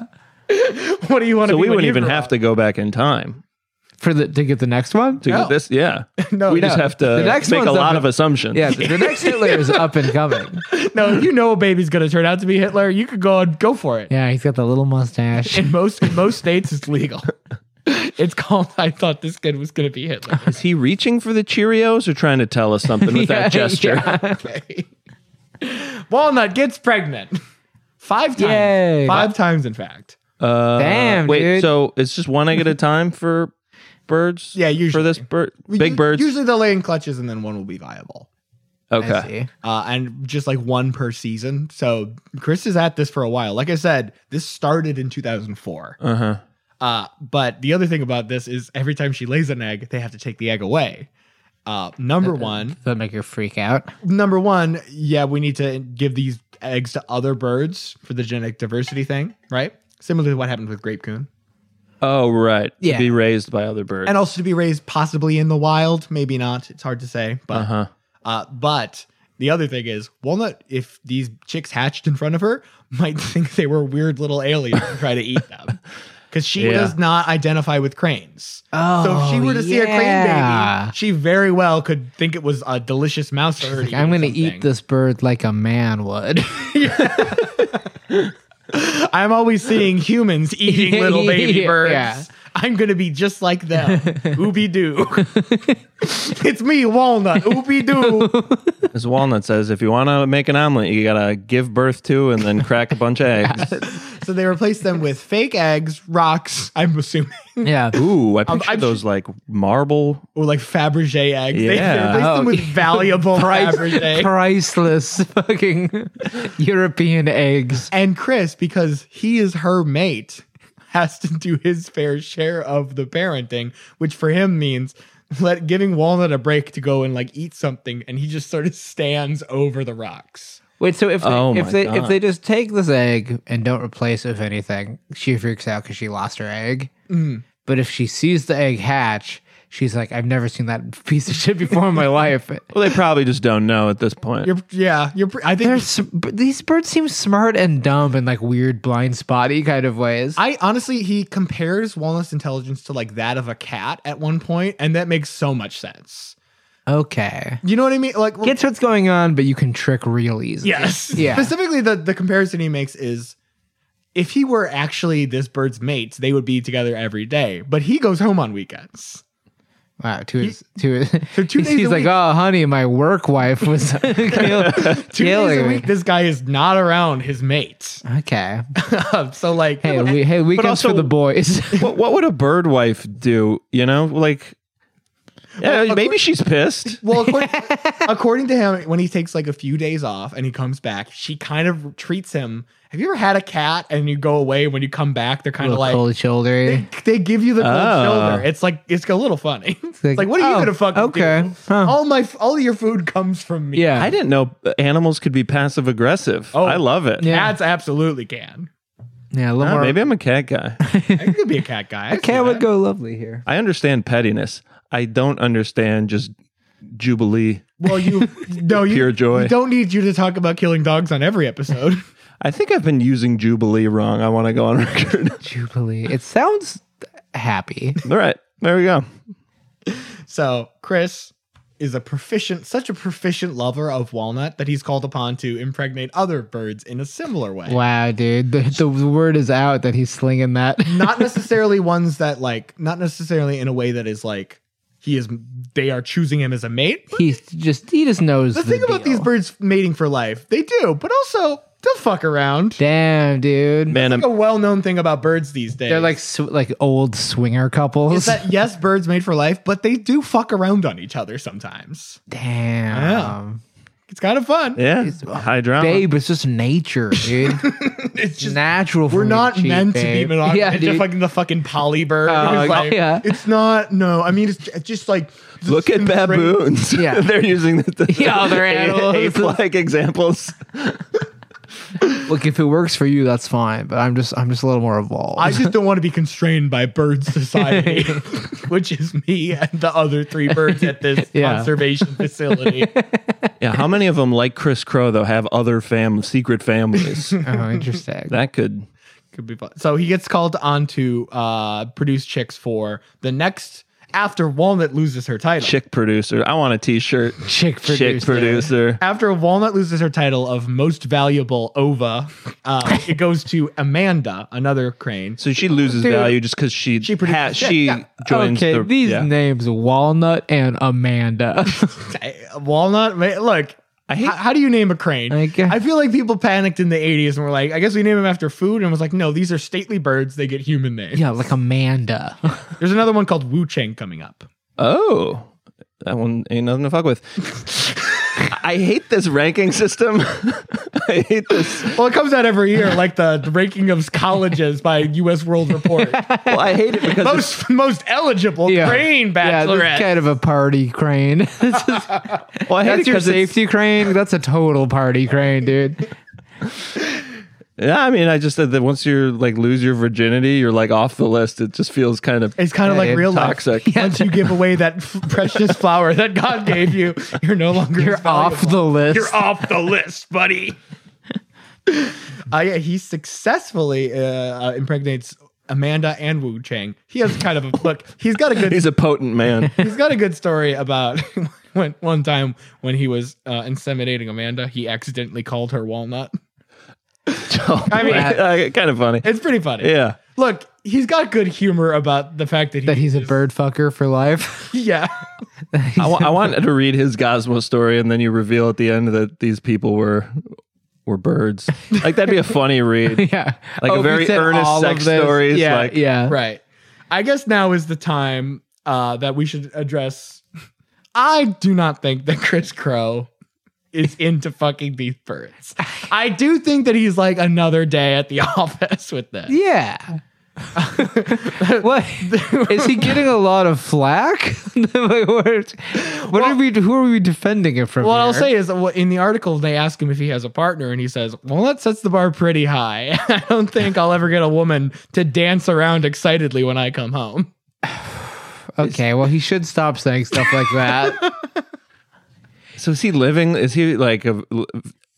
Speaker 5: What do you want
Speaker 6: So
Speaker 5: to be?
Speaker 6: we
Speaker 5: when
Speaker 6: wouldn't
Speaker 5: you
Speaker 6: even
Speaker 5: grow
Speaker 6: have
Speaker 5: up?
Speaker 6: to go back in time.
Speaker 4: for the to get the next one.
Speaker 6: to
Speaker 5: No.
Speaker 6: this. Yeah,
Speaker 5: No,
Speaker 6: we just
Speaker 5: no.
Speaker 6: have to
Speaker 4: The next
Speaker 6: make a
Speaker 4: one's
Speaker 6: lot
Speaker 4: up-
Speaker 6: of assumptions.
Speaker 4: Yeah, the next Hitler is up and coming.
Speaker 5: No, if you know a baby's going to turn out to be Hitler. You could go and go for it.
Speaker 4: Yeah, he's got the little mustache.
Speaker 5: In most in most states, it's legal. It's called. I thought this kid was going to be Hitler.
Speaker 6: is he reaching for the Cheerios or trying to tell us something with
Speaker 4: Yeah,
Speaker 6: that gesture?
Speaker 4: yeah.
Speaker 5: Okay. Walnut gets pregnant. Five times.
Speaker 4: Yay.
Speaker 5: Five times, in fact.
Speaker 6: Uh,
Speaker 4: Damn,
Speaker 6: Wait,
Speaker 4: dude.
Speaker 6: so it's just one egg at a time for birds?
Speaker 5: Yeah,
Speaker 6: for
Speaker 5: usually.
Speaker 6: this bird, big
Speaker 5: U-
Speaker 6: birds.
Speaker 5: Usually they'll lay in clutches and then one will be viable.
Speaker 4: I
Speaker 6: okay.
Speaker 4: see.
Speaker 5: Uh, and just like one per season. So Chris is at this for a while. Like I said, this started in 2004.
Speaker 6: Uh huh.
Speaker 5: Uh, but the other thing about this is every time she lays an egg, they have to take the egg away. Uh, number one,
Speaker 4: Does that make her freak out?
Speaker 5: number one, yeah, we need to give these eggs to other birds for the genetic diversity thing, right? Similar to what happened with grape coon.
Speaker 6: Oh right.
Speaker 4: Yeah.
Speaker 6: To be raised by other birds.
Speaker 5: and also to be raised possibly in the wild, maybe not. It's hard to say, but
Speaker 6: Uh-huh.
Speaker 5: uh, but the other thing is walnut. If these chicks hatched in front of her, might think they were weird little aliens and try to eat them because she
Speaker 6: Yeah.
Speaker 5: does not identify with cranes. so if she
Speaker 4: Oh,
Speaker 5: were to see a crane
Speaker 4: yeah.
Speaker 5: baby, she very well could think it was a delicious mouse. for her to
Speaker 4: Like, I'm
Speaker 5: or
Speaker 4: going to eat
Speaker 5: something.
Speaker 4: this bird like a man would.
Speaker 5: I'm always seeing humans eating
Speaker 4: Yeah,
Speaker 5: little baby
Speaker 4: yeah.
Speaker 5: birds. I'm gonna be just like them. Ooby doo. it's me, Walnut. Ooby doo.
Speaker 6: As Walnut says, if you want to make an omelet, you gotta give birth to and then crack a bunch of eggs.
Speaker 5: So they replaced them with fake eggs, rocks, I'm assuming,
Speaker 4: yeah.
Speaker 6: Ooh, I picture
Speaker 5: I'm
Speaker 6: those like marble.
Speaker 5: or like Fabergé eggs. They- They
Speaker 6: Yeah.
Speaker 5: replaced them with valuable Fabergé.
Speaker 4: Priceless fucking European eggs.
Speaker 5: and Chris, because he is her mate, has to do his fair share of the parenting, which for him means let giving Walnut a break to go and like eat something, and he just sort of stands over the rocks.
Speaker 4: Wait, so if they,
Speaker 6: Oh
Speaker 4: if
Speaker 6: my
Speaker 4: they if
Speaker 6: God.
Speaker 4: they just take this egg and don't replace it with anything, she freaks out because she lost her egg. But if she sees the egg hatch, she's like, "I've never seen that piece of shit before in my life."
Speaker 6: Well, they probably just don't know at this point.
Speaker 5: You're, yeah, you're. pr- I think
Speaker 4: They're, s- b- these birds seem smart and dumb in like weird blind spotty kind of ways.
Speaker 5: I honestly, he compares Walnut's intelligence to like that of a cat at one point, and that makes so much sense.
Speaker 4: okay,
Speaker 5: You know what I mean? Like,
Speaker 4: gets what's going on, but you can trick real easy.
Speaker 5: Yes.
Speaker 4: Yeah.
Speaker 5: Specifically, the, the comparison he makes is if he were actually this bird's mates, they would be together every day. But he goes home on weekends.
Speaker 4: Wow, to his to his,
Speaker 5: So two days
Speaker 4: he's
Speaker 5: a
Speaker 4: like,
Speaker 5: week-
Speaker 4: oh, honey, my work wife was kill,
Speaker 5: Two days a
Speaker 4: killing me.
Speaker 5: week, this guy is not around his mate.
Speaker 4: Okay,
Speaker 5: so like,
Speaker 4: hey, we, hey, weekends
Speaker 6: also-
Speaker 4: for the boys.
Speaker 6: what, what would a bird wife do? You know, like, yeah, maybe she's pissed.
Speaker 5: well, according, according to him, when he takes like a few days off and he comes back, she kind of treats him. Have you ever had a cat and you go away when you come back? They're kind of
Speaker 4: Little
Speaker 5: like
Speaker 4: cold shoulder.
Speaker 5: they, they give you the cold
Speaker 6: Oh.
Speaker 5: shoulder. It's like it's a little funny. It's like,
Speaker 4: like,
Speaker 5: what are you
Speaker 4: oh,
Speaker 5: gonna fucking
Speaker 4: okay.
Speaker 5: do?
Speaker 4: Huh.
Speaker 5: All my f- all your food comes from me.
Speaker 4: yeah,
Speaker 6: I didn't know animals could be passive aggressive.
Speaker 5: Oh.
Speaker 6: I love it.
Speaker 4: Yeah.
Speaker 5: cats absolutely can.
Speaker 4: yeah, a little
Speaker 6: Ah,
Speaker 4: more.
Speaker 6: maybe I'm a cat guy.
Speaker 5: I could be a cat guy. I
Speaker 4: a
Speaker 5: see
Speaker 4: cat
Speaker 5: that.
Speaker 4: would go lovely here.
Speaker 6: I understand pettiness. I don't understand just jubilee.
Speaker 5: Well, you no, you,
Speaker 6: Pure joy.
Speaker 5: we don't need you to talk about killing dogs on every episode.
Speaker 6: I think I've been using jubilee wrong. I want to go on record.
Speaker 4: Jubilee. It sounds happy.
Speaker 6: All right, there we go.
Speaker 5: so Chris is a proficient, such a proficient lover of walnut that he's called upon to impregnate other birds in a similar way.
Speaker 4: Wow, dude. The, the word is out that he's slinging that.
Speaker 5: Not necessarily ones that like, not necessarily in a way that is like he is. They are choosing him as a mate.
Speaker 4: he's just he just knows
Speaker 5: The, thing about these
Speaker 4: deal.
Speaker 5: birds mating for life, they do, but also they'll fuck around.
Speaker 4: Damn, dude.
Speaker 6: Man, I'm,
Speaker 5: Like a well-known thing about birds these days.
Speaker 4: They're like sw- like old swinger couples.
Speaker 5: is that yes, birds made for life, but they do fuck around on each other sometimes.
Speaker 4: Damn.
Speaker 5: It's kind of fun.
Speaker 6: yeah, high drama.
Speaker 4: Babe, it's just nature, dude.
Speaker 5: It's
Speaker 4: it's
Speaker 5: just
Speaker 4: natural for
Speaker 5: we're
Speaker 4: me to
Speaker 5: not
Speaker 4: cheat,
Speaker 5: meant to
Speaker 4: babe.
Speaker 5: be monogamous.
Speaker 4: Yeah,
Speaker 5: it's just
Speaker 4: dude.
Speaker 5: fucking the fucking poly bird.
Speaker 4: Oh,
Speaker 5: It's like-
Speaker 4: yeah.
Speaker 5: It's not. No, I mean it's, it's just like the
Speaker 6: Look at
Speaker 5: spring-
Speaker 6: baboons.
Speaker 4: Yeah.
Speaker 6: they're using the, the
Speaker 4: Yeah, other animals.
Speaker 6: ape-like examples.
Speaker 4: Look, if it works for you, that's fine. But I'm just I'm just a little more evolved.
Speaker 5: I just don't want to be constrained by bird society, which is me and the other three birds at this
Speaker 4: Yeah.
Speaker 5: conservation facility.
Speaker 6: Yeah, how many of them, like Chris Crow, though, have other fam secret families?
Speaker 4: oh, interesting.
Speaker 6: that could.
Speaker 5: Could be fun. So he gets called on to uh, produce chicks for the next after Walnut loses her title.
Speaker 6: Chick producer. I want a T-shirt.
Speaker 4: Chick
Speaker 6: Chick
Speaker 4: producer.
Speaker 6: producer.
Speaker 5: after Walnut loses her title of most valuable OVA, uh, it goes to Amanda, another crane.
Speaker 6: So she loses
Speaker 4: Dude.
Speaker 6: value just because she
Speaker 5: She
Speaker 6: she,
Speaker 5: produces
Speaker 6: ha-
Speaker 5: shit,
Speaker 6: she
Speaker 5: yeah.
Speaker 6: joins
Speaker 4: okay,
Speaker 6: the
Speaker 4: these
Speaker 6: yeah.
Speaker 4: names Walnut and Amanda.
Speaker 5: Eh, Walnut, ma- look.
Speaker 6: I hate-
Speaker 5: how, how do you name a crane?
Speaker 4: I guess-
Speaker 5: I feel like people panicked in the 80s and were like, I guess we name them after food. And was like, no, these are stately birds. They get human names.
Speaker 4: yeah, like Amanda.
Speaker 5: There's another one called Wu Chang coming up.
Speaker 6: Oh, that one ain't nothing to fuck with. I hate this ranking system. I hate this.
Speaker 5: Well, it comes out every year, like the, the ranking of colleges by U.S. World Report.
Speaker 6: Well, I hate it because it's-
Speaker 5: most most eligible
Speaker 4: Yeah.
Speaker 5: crane
Speaker 4: Yeah, this
Speaker 5: bachelorette.
Speaker 4: is kind of a party crane. This is-
Speaker 6: well, I hate it
Speaker 4: that's your
Speaker 6: 'cause it's-
Speaker 4: safety crane. That's a total party crane, dude.
Speaker 6: Yeah, I mean, I just said that once you're like lose your virginity, you're like off the list. It just feels kind of
Speaker 5: it's kind of
Speaker 4: Yeah,
Speaker 5: like
Speaker 4: dude,
Speaker 5: real life.
Speaker 6: toxic.
Speaker 5: Once you give away that f- precious flower that God gave you, you're no longer as
Speaker 4: You're
Speaker 5: valuable.
Speaker 4: off the list.
Speaker 5: You're off the list, buddy. Uh, yeah, he successfully uh, uh, impregnates Amanda and Wu Chang. He has kind of a look. He's got a good.
Speaker 6: He's a potent man.
Speaker 5: he's got a good story about when one time when he was uh, inseminating Amanda, he accidentally called her walnut.
Speaker 6: I
Speaker 5: mean-
Speaker 6: kind of Uh, funny.
Speaker 5: It's pretty funny.
Speaker 6: Yeah.
Speaker 5: Look, he's got good humor about the fact that, he
Speaker 4: that he's a
Speaker 5: just-
Speaker 4: bird fucker for life.
Speaker 5: Yeah.
Speaker 6: I wa- I wanted to read his Gosmo story, and then you reveal at the end that these people were were birds. Like that'd be a funny read.
Speaker 4: yeah,
Speaker 6: Like a
Speaker 4: we
Speaker 6: very
Speaker 4: said
Speaker 6: earnest
Speaker 4: all
Speaker 6: sex
Speaker 4: of this.
Speaker 6: stories,
Speaker 4: Yeah,
Speaker 6: like-
Speaker 4: yeah.
Speaker 5: right. I guess now is the time uh, that we should address. I do not think that Chris Crow is into fucking these birds. I do think that he's like another day at the office with this.
Speaker 4: Yeah. what is he getting a lot of flack? Like, what what are we? Who are we defending it from?
Speaker 5: What I'll
Speaker 4: here?
Speaker 5: say is, well, in the article, they ask him if he has a partner, and he says, "Well, that sets the bar pretty high. I don't think I'll ever get a woman to dance around excitedly when I come home."
Speaker 4: Okay, well, he should stop saying stuff like that.
Speaker 6: So is he living? Is he like a,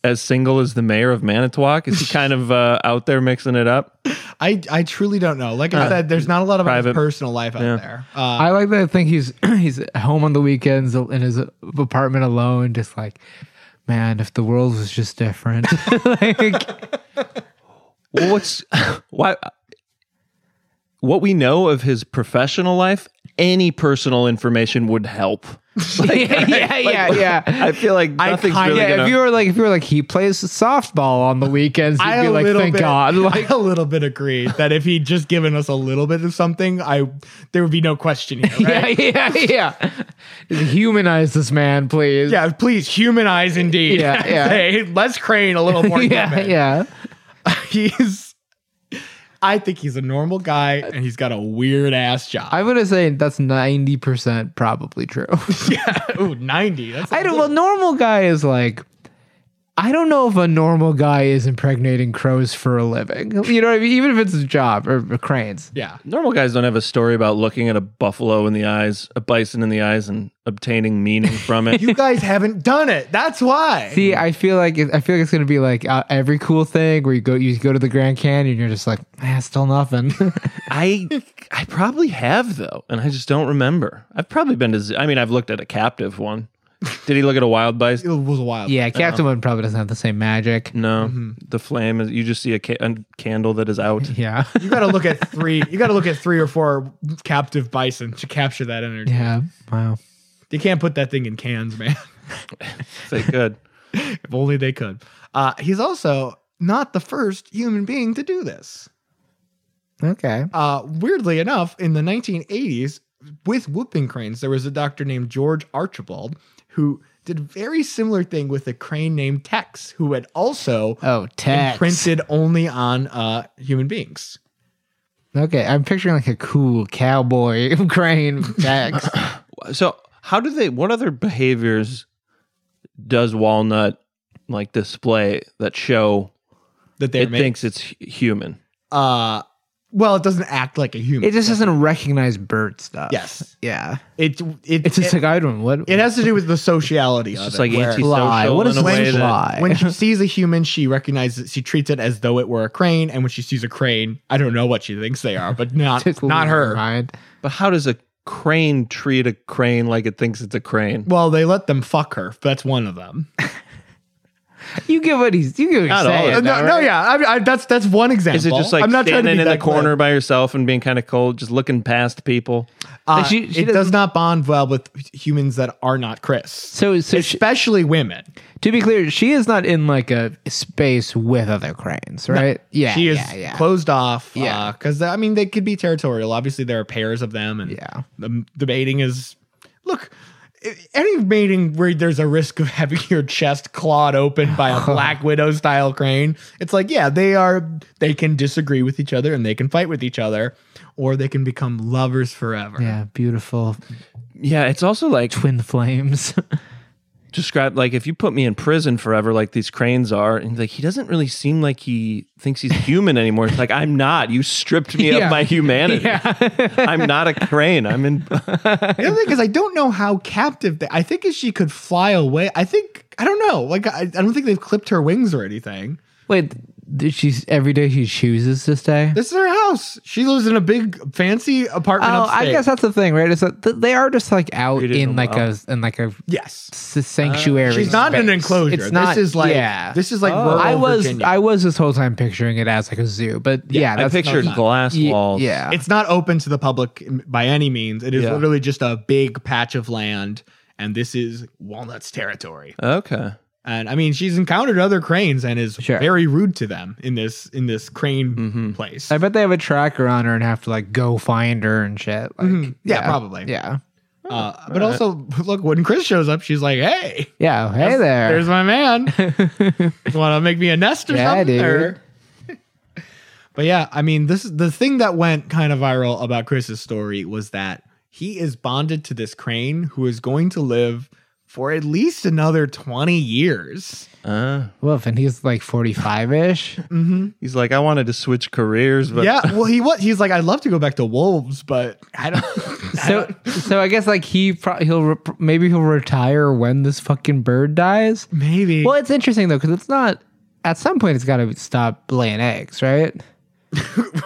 Speaker 6: as single as the mayor of Manitowoc? Is he kind of uh, out there mixing it up?
Speaker 5: I I truly don't know. Like I said, there's not a lot of
Speaker 6: private-
Speaker 5: personal life out
Speaker 6: yeah.
Speaker 5: there. Uh,
Speaker 4: I like that. I think he's he's at home on the weekends in his apartment alone, just like, man, if the world was just different. like,
Speaker 6: Well, what's why? What we know of his professional life, any personal information would help.
Speaker 4: yeah, yeah, yeah.
Speaker 6: I feel like
Speaker 5: I
Speaker 6: nothing's
Speaker 5: kinda-
Speaker 6: really
Speaker 4: Yeah,
Speaker 6: gonna.
Speaker 4: if you were like, if you were like, he plays softball on the weekends, you'd
Speaker 5: I
Speaker 4: be
Speaker 5: a
Speaker 4: like,
Speaker 5: little
Speaker 4: thank
Speaker 5: bit,
Speaker 4: God. Like,
Speaker 5: I a little bit agree that if he'd just given us a little bit of something, I there would be no question here. Right?
Speaker 4: yeah, yeah, yeah. Humanize this man, please.
Speaker 5: yeah, please humanize indeed.
Speaker 4: Yeah, yeah.
Speaker 5: hey, let's crane a little more.
Speaker 4: yeah,
Speaker 5: human.
Speaker 4: yeah.
Speaker 5: He's. I think he's a normal guy, and he's got a weird ass job.
Speaker 4: I'm gonna say that's ninety percent probably true.
Speaker 5: yeah, ooh, ninety. That's
Speaker 4: I don't. Well, normal guy is like, I don't know if a normal guy is impregnating crows for a living. You know what I mean? Even if it's a job or, or cranes.
Speaker 5: Yeah,
Speaker 6: Normal guys don't have a story about looking at a buffalo in the eyes, a bison in the eyes, and obtaining meaning from it.
Speaker 5: you guys haven't done it. That's why.
Speaker 4: See, I feel like it, I feel like it's gonna be like uh, every cool thing where you go, you go to the Grand Canyon, you're just like, ah, still nothing.
Speaker 6: I I probably have though, and I just don't remember. I've probably been to. Zoo. I mean, I've looked at a captive one. Did he look at a wild
Speaker 5: it
Speaker 6: bison?
Speaker 5: was wild.
Speaker 4: yeah, Captain One probably doesn't have the same magic.
Speaker 6: No, the flame is. You just see a, ca- a candle that is out.
Speaker 4: Yeah,
Speaker 5: you got to look at three. You got to look at three or four captive bison to capture that energy.
Speaker 4: yeah. Wow.
Speaker 5: You can't put that thing in cans, man.
Speaker 6: Say good.
Speaker 5: If only they could. Uh, he's also not the first human being to do this.
Speaker 4: Okay.
Speaker 5: Uh, weirdly enough, in the 1980s, with whooping cranes, there was a doctor named George Archibald who did a very similar thing with a crane named Tex, who had also
Speaker 4: Oh, text.
Speaker 5: imprinted only on uh, human beings.
Speaker 4: Okay, I'm picturing like a cool cowboy crane text.
Speaker 6: So, how do they? What other behaviors does Walnut like display that show
Speaker 5: That they
Speaker 6: it thinks it's hu- human?
Speaker 5: uh, well, it doesn't act like a human.
Speaker 4: it just doesn't recognize bird stuff.
Speaker 5: yes,
Speaker 4: Yeah.
Speaker 5: it it
Speaker 4: It's just
Speaker 5: it,
Speaker 4: like I don't. What
Speaker 5: it has to do with the sociality.
Speaker 6: It's
Speaker 5: of
Speaker 6: just
Speaker 5: it,
Speaker 6: like
Speaker 5: Uh, where-
Speaker 6: antisocial.
Speaker 4: Lie. What
Speaker 6: in
Speaker 4: is
Speaker 6: a way
Speaker 4: when
Speaker 6: that-
Speaker 4: lie?
Speaker 5: when she sees a human, she recognizes it, she treats it as though it were a crane, and when she sees a crane, I don't know what she thinks they are, but not
Speaker 4: Tickles
Speaker 5: not
Speaker 4: in
Speaker 5: her.
Speaker 4: mind.
Speaker 6: But how does a crane treat a crane like it thinks it's a crane?
Speaker 5: Well, they let them fuck her. That's one of them.
Speaker 4: You get what he's. You get what he's
Speaker 6: Not all
Speaker 4: saying.
Speaker 6: of
Speaker 5: no,
Speaker 4: though,
Speaker 5: Uh, no,
Speaker 4: right?
Speaker 5: yeah, I, mean, I, that's that's one example.
Speaker 6: Is it just like
Speaker 5: I'm not trying to
Speaker 6: standing
Speaker 5: be
Speaker 6: in the
Speaker 5: that glib.
Speaker 6: corner by yourself and being kind of cold, just looking past people?
Speaker 5: Uh,
Speaker 4: She- she
Speaker 5: it does
Speaker 4: doesn't-
Speaker 5: not bond well with humans that are not Chris,
Speaker 4: So, so she,
Speaker 5: especially women.
Speaker 4: to be clear, she is not in like a space with other cranes, right? yeah,
Speaker 5: she is
Speaker 4: yeah, yeah.
Speaker 5: closed off.
Speaker 4: Yeah.
Speaker 5: because I mean they could be territorial. Obviously, there are pairs of them, and
Speaker 4: Yeah.
Speaker 5: the, the mating is look. i- Any mating where there's a risk of having your chest clawed open by a black widow style crane, it's like yeah, they are they can disagree with each other and they can fight with each other, or they can become lovers forever.
Speaker 4: yeah, beautiful
Speaker 6: Yeah, it's also like
Speaker 4: twin flames.
Speaker 6: describe like if you put me in prison forever, like these cranes are, and like he doesn't really seem like he thinks he's human anymore. It's like I'm not. You stripped me
Speaker 4: Yeah.
Speaker 6: of my humanity. I'm not a crane. I'm in.
Speaker 5: The other thing is, I don't know how captive. They, I think if she could fly away, I think I don't know. Like I, I don't think they've clipped her wings or anything.
Speaker 4: Wait, did she every day she chooses to stay.
Speaker 5: This is her house. She lives in a big fancy apartment.
Speaker 4: Oh, I
Speaker 5: upstate.
Speaker 4: guess that's the thing, right? Is that th- they are just like out
Speaker 6: Treated
Speaker 4: in
Speaker 6: them
Speaker 4: like
Speaker 6: well.
Speaker 4: a in like a
Speaker 5: yes.
Speaker 4: s- sanctuary.
Speaker 5: She's not in an
Speaker 4: space.
Speaker 5: enclosure.
Speaker 4: It's not.
Speaker 5: This is like
Speaker 4: yeah.
Speaker 5: this is like rural
Speaker 4: I was
Speaker 5: Virginia.
Speaker 4: I was this whole time picturing it as like a zoo, but yeah,
Speaker 6: I
Speaker 4: that's
Speaker 6: pictured
Speaker 4: not-
Speaker 6: glass
Speaker 4: Ye-
Speaker 6: walls.
Speaker 4: Yeah,
Speaker 5: it's not open to the public by any means. It is
Speaker 4: Yeah.
Speaker 5: literally just a big patch of land, and this is Walnut's territory.
Speaker 6: Okay.
Speaker 5: And I mean, she's encountered other cranes and is
Speaker 4: Sure. Mm-hmm.
Speaker 5: very rude to them in this in this crane place.
Speaker 4: I bet they have a tracker on her and have to like go find her and shit. Like,
Speaker 5: Mm-hmm. Yeah, probably.
Speaker 4: Yeah,
Speaker 5: Uh, but also, look, when Chris shows up, she's like, "Hey,
Speaker 4: yeah. Hey there.
Speaker 5: there's my man. Want to make me a nest or
Speaker 4: Yeah,
Speaker 5: something?"
Speaker 4: dude.
Speaker 5: or- but yeah, I mean, this the thing that went kind of viral about Chris's story was that he is bonded to this crane who is going to live for at least another twenty years.
Speaker 6: Uh,
Speaker 4: Woof, and he's like forty five ish.
Speaker 6: he's like, I wanted to switch careers, but
Speaker 5: yeah, well, he was. He's like, "I'd love to go back to wolves, but I don't."
Speaker 4: So, so I guess like he pro- he'll re- maybe he'll retire when this fucking bird dies.
Speaker 5: Maybe.
Speaker 4: Well, it's interesting though because it's not. At some point, it's got to stop laying eggs, right?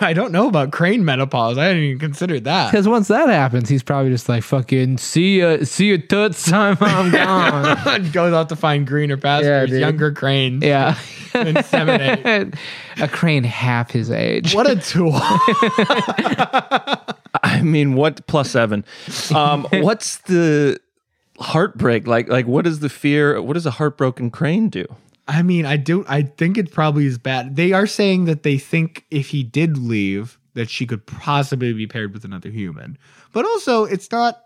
Speaker 5: I don't know about crane menopause. I hadn't even considered that.
Speaker 4: Because once that happens, he's probably just like fucking see ya, see ya, toots. I'm, I'm gone.
Speaker 5: Goes out to find greener pastures,
Speaker 4: dude.
Speaker 5: younger cranes.
Speaker 4: yeah,
Speaker 5: Inseminate.
Speaker 4: a crane half his age.
Speaker 5: What a tool.
Speaker 6: I mean, what plus seven? Um, what's the heartbreak like? Like, what is the fear? What does a heartbroken crane do?
Speaker 5: I mean, I do. I think it probably is bad. They are saying that they think if he did leave, that she could possibly be paired with another human. But also, it's not.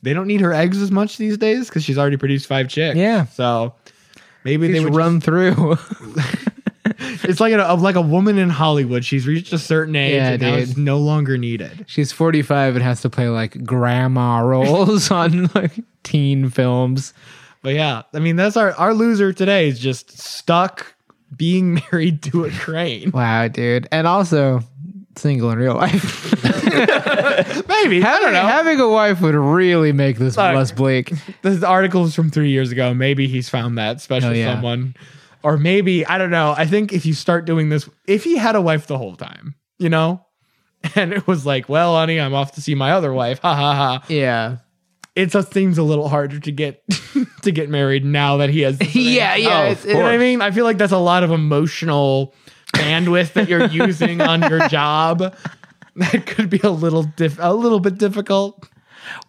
Speaker 5: They don't need her eggs as much these days because she's already produced five chicks.
Speaker 4: Yeah.
Speaker 5: So maybe they
Speaker 4: Just
Speaker 5: would
Speaker 4: run through.
Speaker 5: just- it's like a like a woman in Hollywood. She's reached a certain age
Speaker 4: Yeah,
Speaker 5: and now
Speaker 4: dude.
Speaker 5: it's no longer needed.
Speaker 4: She's 45 and has to play like grandma roles on like teen films.
Speaker 5: But yeah, I mean, that's our our loser today is just stuck being married to a crane.
Speaker 4: Wow, dude. And also single in real life.
Speaker 5: Maybe I don't
Speaker 4: having,
Speaker 5: know.
Speaker 4: having a wife would really make this
Speaker 5: Look.
Speaker 4: less bleak.
Speaker 5: this article is from three years ago. Maybe he's found that special
Speaker 4: Oh, yeah.
Speaker 5: someone, or maybe I don't know. I think if you start doing this, if he had a wife the whole time, you know, and it was like, well, honey, I'm off to see my other wife. Ha ha ha.
Speaker 4: Yeah.
Speaker 5: It just seems a little harder to get to get married now that he has. this other-
Speaker 4: Yeah, yeah, it's-
Speaker 5: you know what I mean? I feel like that's a lot of emotional bandwidth that you're using on your job. That could be a little diff- a little bit difficult.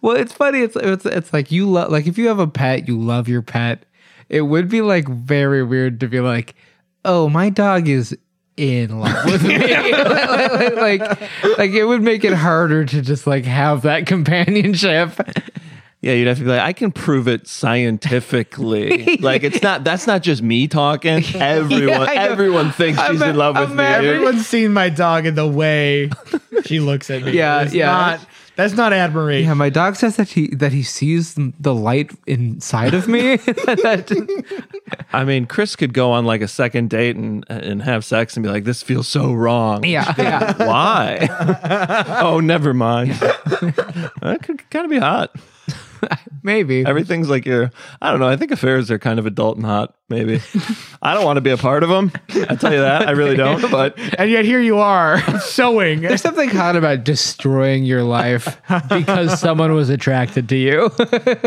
Speaker 4: Well, it's funny. It's it's it's like you love like if you have a pet, you love your pet. It would be like very weird to be like, oh, my dog is in love with me. like, like like it would make it harder to just like have that companionship.
Speaker 6: Yeah, you'd have to be like, I can prove it scientifically. like, it's not. That's not just me talking. Everyone,
Speaker 4: Yeah, I know.
Speaker 6: everyone thinks she's
Speaker 4: I'm-
Speaker 6: in love with
Speaker 4: I'm
Speaker 6: me. dude.
Speaker 5: Everyone's seen my dog in the way she looks at me.
Speaker 4: Yeah,
Speaker 5: It's
Speaker 4: yeah.
Speaker 5: not- that's not admiration.
Speaker 4: Yeah, my dog says that he that he sees the light inside of me. That just-
Speaker 6: I mean, Chris could go on like a second date and and have sex and be like, "This feels so wrong."
Speaker 4: yeah, yeah.
Speaker 6: Why? oh, never mind. that could kind of be hot.
Speaker 4: Maybe.
Speaker 6: Everything's like your. I don't know. I think affairs are kind of adult and hot. Maybe. I don't want to be a part of them. I tell you that. I really don't. But
Speaker 5: and yet here you are sewing.
Speaker 4: There's something hot about destroying your life because someone was attracted to you.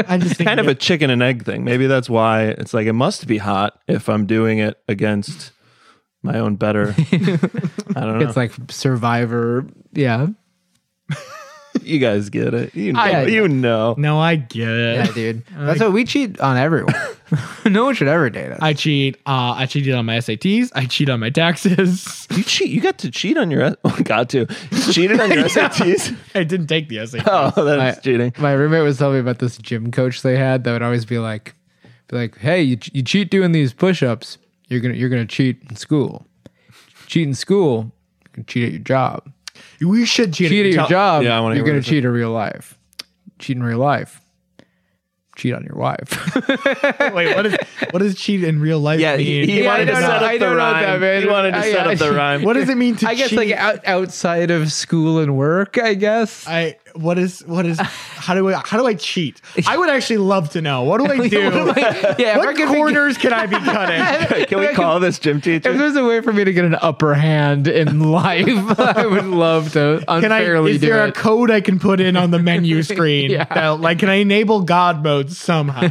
Speaker 5: I just think
Speaker 6: kind of a chicken and egg thing. Maybe that's why it's like it must be hot if I'm doing it against my own better. I don't know.
Speaker 4: It's like Survivor. Yeah.
Speaker 6: you guys get it. You know.
Speaker 4: I-
Speaker 6: you know.
Speaker 5: no, I get it.
Speaker 4: Yeah, dude. That's what we cheat on everyone. no one should ever date us.
Speaker 5: I cheat. Uh, I cheated on my SATs. I cheat on my taxes.
Speaker 6: You cheat. You got to cheat on your. Oh, got to. You cheated on your SATs.
Speaker 5: I didn't take the SATs.
Speaker 6: Oh, that's
Speaker 4: I-
Speaker 6: cheating.
Speaker 4: My roommate was telling me about this gym coach they had that would always be like, be like, hey, you, you cheat doing these push-ups, you're gonna you're gonna cheat in school. Cheat in school, you can cheat at your job.
Speaker 5: We should cheat,
Speaker 4: Cheat at your job,
Speaker 6: Yeah, I wanna
Speaker 4: you're
Speaker 6: hear
Speaker 4: gonna
Speaker 6: what it
Speaker 4: cheat in real life. Cheat in real life. Cheat on your wife.
Speaker 5: Wait, what is what does cheat in real life
Speaker 6: Yeah, he,
Speaker 5: mean?
Speaker 4: Yeah,
Speaker 6: he
Speaker 4: I
Speaker 6: wanted to
Speaker 4: don't know.
Speaker 6: set
Speaker 4: I
Speaker 6: up the
Speaker 4: don't know that, man.
Speaker 6: rhyme. He wanted to
Speaker 4: I-
Speaker 6: set
Speaker 4: I-
Speaker 6: up the rhyme.
Speaker 5: what does it mean to
Speaker 4: I guess
Speaker 5: cheat?
Speaker 4: like out, outside of school and work, I guess.
Speaker 5: I what is what is how do I how do I cheat? I would actually love to know. What do I do?
Speaker 4: yeah,
Speaker 5: what corners can I be cutting?
Speaker 6: Can we call this gym
Speaker 4: If
Speaker 6: teacher?
Speaker 4: there's a way for me to get an upper hand in life, I would love to
Speaker 5: Can I?
Speaker 4: unfairly
Speaker 5: Is
Speaker 4: do
Speaker 5: there a
Speaker 4: it.
Speaker 5: code I can put in on the menu screen?
Speaker 4: Yeah.
Speaker 5: that, like, can I enable God mode somehow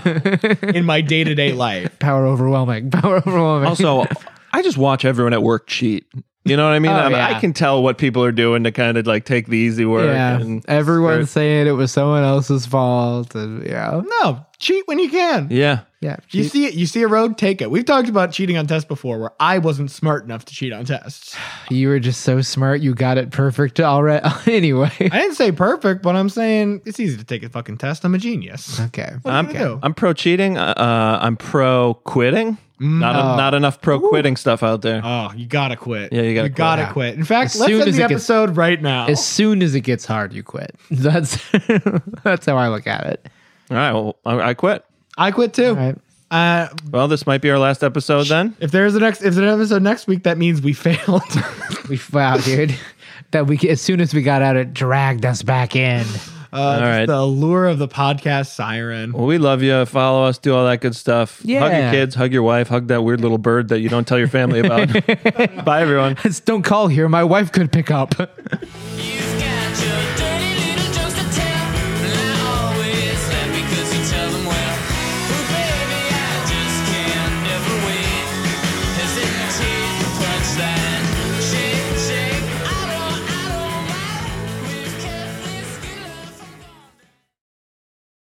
Speaker 5: in my day to day life?
Speaker 4: power overwhelming. Power overwhelming.
Speaker 6: Also, I just watch everyone at work cheat. You know what I mean?
Speaker 4: Oh,
Speaker 6: I'm-
Speaker 4: yeah.
Speaker 6: I can tell what people are doing to kind of like take the easy work.
Speaker 4: yeah,
Speaker 6: and-
Speaker 4: everyone's saying it was someone else's fault. And yeah,
Speaker 5: No, cheat when you can.
Speaker 6: Yeah.
Speaker 4: yeah.
Speaker 5: You see it. You see a road, take it. We've talked about cheating on tests before, where I wasn't smart enough to cheat on tests.
Speaker 4: You were just so smart. You got it perfect already. anyway,
Speaker 5: I didn't say perfect, but I'm saying it's easy to take a fucking test. I'm a genius.
Speaker 4: okay.
Speaker 5: What are you gonna do?
Speaker 6: I'm pro cheating. Uh, I'm pro quitting. Not, a, not enough pro quitting stuff out there.
Speaker 5: Oh, you gotta quit.
Speaker 6: Yeah, you gotta
Speaker 5: You gotta quit. In fact,
Speaker 4: As
Speaker 5: let's
Speaker 4: soon
Speaker 5: end
Speaker 4: as
Speaker 5: the
Speaker 4: it gets-
Speaker 5: episode right now.
Speaker 4: As soon as it gets hard, you quit. That's that's how I look at it.
Speaker 6: All right. Well, I, I quit.
Speaker 5: I quit too.
Speaker 4: All right.
Speaker 5: Uh,
Speaker 6: Well, this might be our last episode then.
Speaker 5: if there's an next, if there's an episode next week, that means we failed.
Speaker 4: We wow, dude. That we as soon as we got out, it dragged us back in.
Speaker 5: Uh, all
Speaker 6: right.
Speaker 5: The allure of the podcast siren.
Speaker 6: Well, we love you. Follow us. Do all that good stuff. Hug your
Speaker 4: Yeah.
Speaker 6: kids. Hug your wife. Hug that weird little bird that you don't tell your family about. Bye, everyone.
Speaker 4: Don't call here. My wife could pick up.
Speaker 3: You